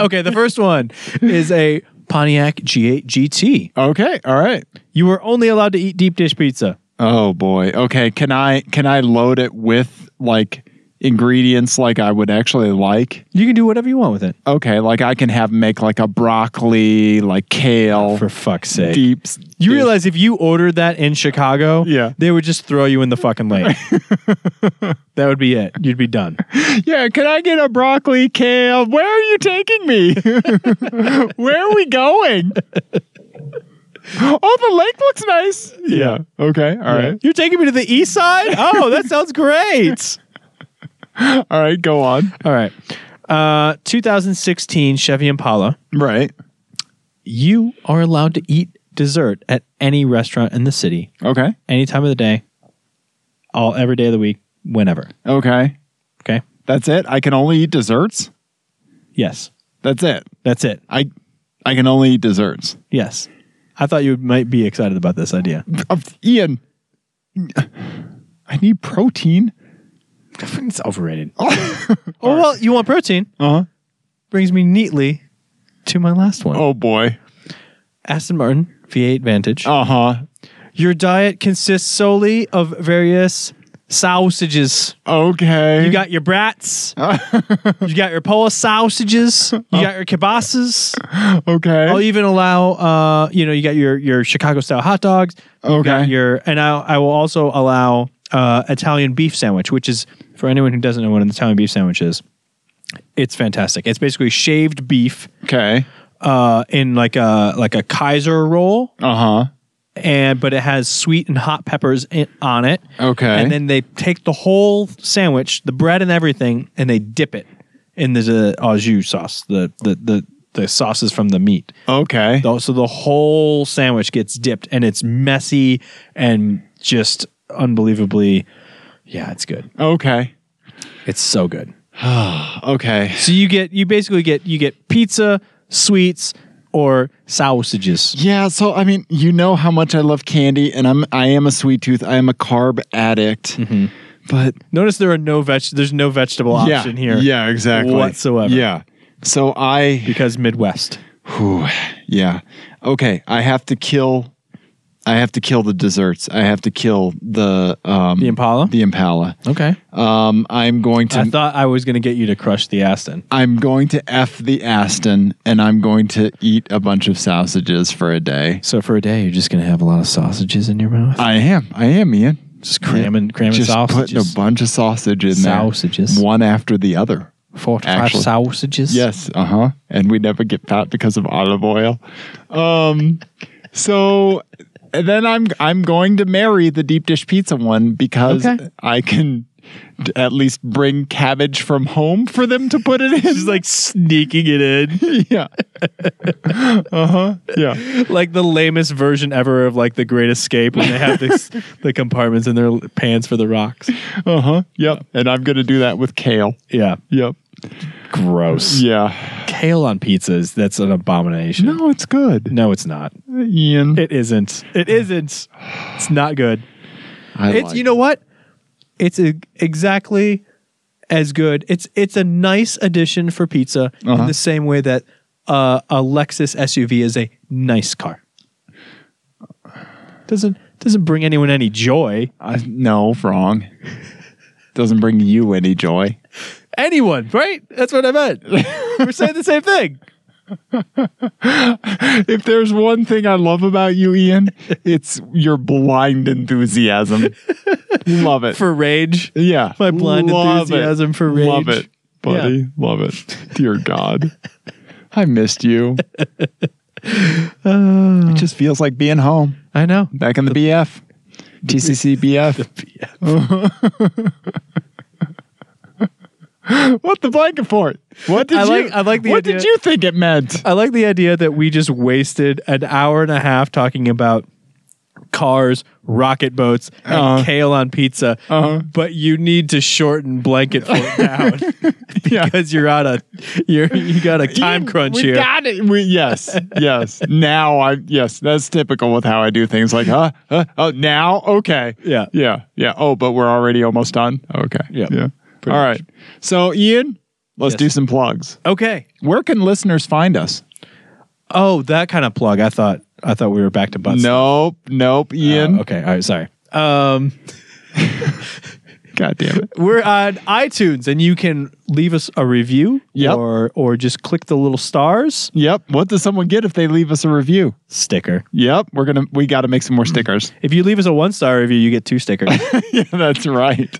okay. The first one is a Pontiac G8 GT.
Okay. All right.
You were only allowed to eat deep dish pizza.
Oh boy. Okay. Can I can I load it with like ingredients like I would actually like?
You can do whatever you want with it.
Okay. Like I can have make like a broccoli, like kale,
For fuck's sake.
deep. s-
You realize if you ordered that in Chicago,
Yeah.
they would just throw you in the fucking lake. that would be it. You'd be done.
Yeah, can I get a broccoli kale? Where are you taking me? Where are we going? Oh, the lake looks nice. Yeah. Okay. All right.
You're taking me to the east side? Oh, that sounds great.
All right. Go on.
All right. Uh, 2016 Chevy Impala.
Right.
You are allowed to eat dessert at any restaurant in the city,
Okay.
any time of the day, all every day of the week, whenever.
Okay.
Okay.
That's it. I can only eat desserts.
Yes.
That's it.
That's it.
I I can only eat desserts.
Yes. I thought you might be excited about this idea.
Uh, Ian, I need protein.
It's overrated. Uh-huh. oh well, you want protein?
Uh huh.
Brings me neatly to my last one.
Oh boy.
Aston Martin V8 Vantage.
Uh huh.
Your diet consists solely of various sausages.
Okay.
You got your brats. you got your Polish sausages. You got your kielbasas.
okay.
I'll even allow, uh, you know, you got your your Chicago style hot dogs. You've
Okay.
got your and I I will also allow uh, Italian beef sandwich, which is for anyone who doesn't know what an Italian beef sandwich is. It's fantastic. It's basically shaved beef
okay.
uh, in like a like a Kaiser roll,
Uh
and but it has sweet and hot peppers in, on it.
huh. Okay.
And then they take the whole sandwich, the bread and everything, and they dip it in the uh, au jus sauce, the the the the sauces from the meat.
okay.
The- So the whole sandwich gets dipped, and it's messy and just unbelievably, yeah, it's good.
Okay.
It's so good.
Okay.
So you get you basically get you get pizza, sweets, or sausages.
Yeah, so I mean, you know how much I love candy and I'm I am a sweet tooth. I am a carb addict.
Mm-hmm.
But
Notice there are no veg. There's no vegetable
yeah,
option here.
Yeah, exactly.
whatsoever.
Yeah. So I
because Midwest.
whew, yeah. Okay, I have to kill I have to kill the desserts. I have to kill the um
The Impala.
the Impala.
okay.
Um I'm going to
I thought I was going to get you to crush the Aston.
I'm going to F the Aston and I'm going to eat a bunch of sausages for a day.
So for a day, you're just going to have a lot of sausages in your mouth.
I am. I am, Ian.
just cramming, cramming
just putting
sausages.
a bunch of sausage in
Sausages.
there, one after the other.
Four to five
Actually-
sausages.
Yes, uh huh. And we never get fat because of olive oil. Um, so and then I'm I'm going to marry the deep dish pizza one because
Okay.
I can d- at least bring cabbage from home for them to put it in.
Just like sneaking it in,
yeah. uh huh. Yeah.
like the lamest version ever of like the Great Escape when they have this, the compartments in their pans for the rocks.
Uh huh. Yep. And I'm gonna do that with kale.
Yeah,
Yep.
gross.
Yeah.
Kale on pizzas. That's an abomination.
No, it's good,
No, it's not.
Ian.
It isn't. It isn't. It's not good.
I
It's
like
you know what? It's e- exactly as good. It's it's a nice addition for pizza in
Uh-huh.
the same way that uh, a Lexus SUV is a nice car. Doesn't doesn't bring anyone any joy.
I, no, wrong. Doesn't bring you any joy.
Anyone, right? That's what I meant. We're saying the same thing.
If there's one thing I love about you, Ian, it's your blind enthusiasm. love it.
For rage,
yeah.
my blind
Love it.
enthusiasm for rage.
Love it. buddy. Love it. Dear God. I missed you.
Uh,
it just feels like being home
I know.
back in the, BF. TCC BF. what the blanket for? What did
I
you
like- I like the
What
idea-
did you think it meant?
I like the idea that we just wasted an hour and a half talking about cars, rocket boats, and
Uh-huh.
kale on pizza. But you need to shorten blanket for it down
Yeah.
because you're on a you're you got a time
You-
crunch
we
here.
Got it. We- yes, yes. Now I yes, that's typical with how I do things. Like, huh, huh, oh, now, okay,
Yeah.
yeah, yeah. Oh, but we're already almost done. Okay,
Yeah,
yeah. All
pretty
right. So, Ian, let's
Yes.
do some plugs.
Okay.
Where can listeners find us?
Oh, that kind of plug. I thought I thought we were back to butts.
nope, nope, Ian.
Uh, okay. All right. Sorry. Um,
God damn it.
we're on iTunes, and you can leave us a review,
Yep.
or or just click the little stars
Yep. What does someone get if they leave us a review?
sticker.
Yep. We're gonna we got to make some more stickers.
If you leave us a one star review, you get two stickers.
yeah, that's right.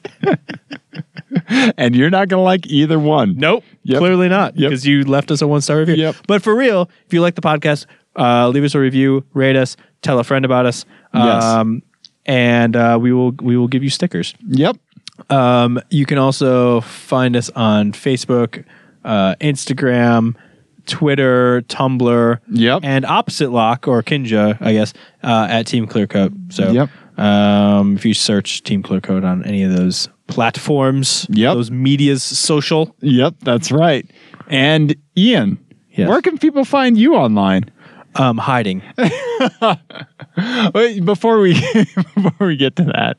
and you're not gonna like either one.
Nope.
Yep.
Clearly not.
Yep.
Because you left us a one star review.
Yep.
But for real, if you like the podcast, uh, leave us a review, rate us, tell a friend about us.
Yes.
Um, and uh, we will we will give you stickers.
Yep.
Um, you can also find us on Facebook, uh, Instagram, Twitter, Tumblr,
Yep.
and Opposite Lock or Kinja, I guess, uh, at Team Clearcoat. So,
Yep.
um, if you search Team Clearcoat on any of those platforms,
Yep.
those media's social,
Yep, that's right. And Ian,
Yes.
where can people find you online?
um, hiding.
Wait, Before we before we get to that,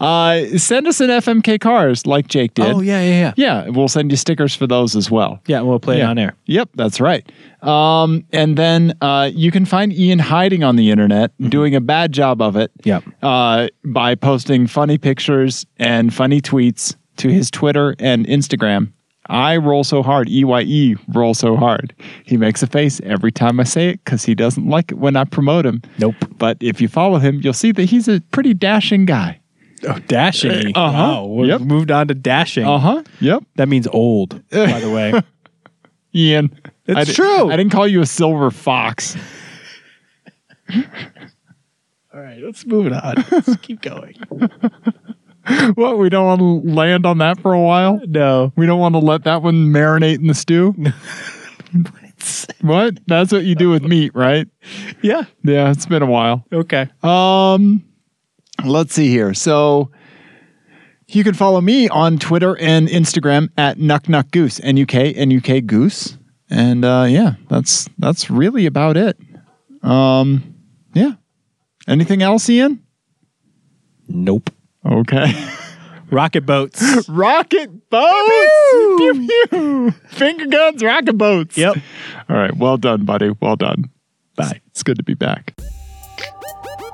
uh, send us an FMK cars like Jake did.
Oh yeah, yeah, yeah.
yeah, we'll send you stickers for those as well.
Yeah, we'll play it on air.
Yep, that's right. Um, and then uh, you can find Ian hiding on the internet, doing a bad job of it.
Mm-hmm. Yep.
Uh, by posting funny pictures and funny tweets to his Twitter and Instagram. I roll so hard. E Y E roll so hard. He makes a face every time I say it because he doesn't like it when I promote him.
Nope.
But if you follow him, you'll see that he's a pretty dashing guy.
Oh, dashing.
Uh, uh-huh.
Wow, we've
Yep.
moved on to dashing.
Uh huh. Yep.
That means old, by the way.
Ian.
It's
I di-
true.
I didn't call you a silver fox.
All right, let's move it on. Let's keep going.
What? We don't want to land on that for a while.
No.
We don't want to let that one marinate in the stew. what? That's what you do with meat, right?
Yeah.
Yeah, it's been a while.
Okay.
Um, let's see here. So you can follow me on Twitter and Instagram at Nuck Nuck Goose, N U K N U K Goose, and uh, yeah, that's that's really about it. Um, yeah. Anything else, Ian?
Nope.
Okay.
Rocket boats.
rocket boats. Pew, pew. Finger guns, rocket boats.
yep.
All right. Well done, buddy. Well done.
Bye.
It's good to be back.
Thank you.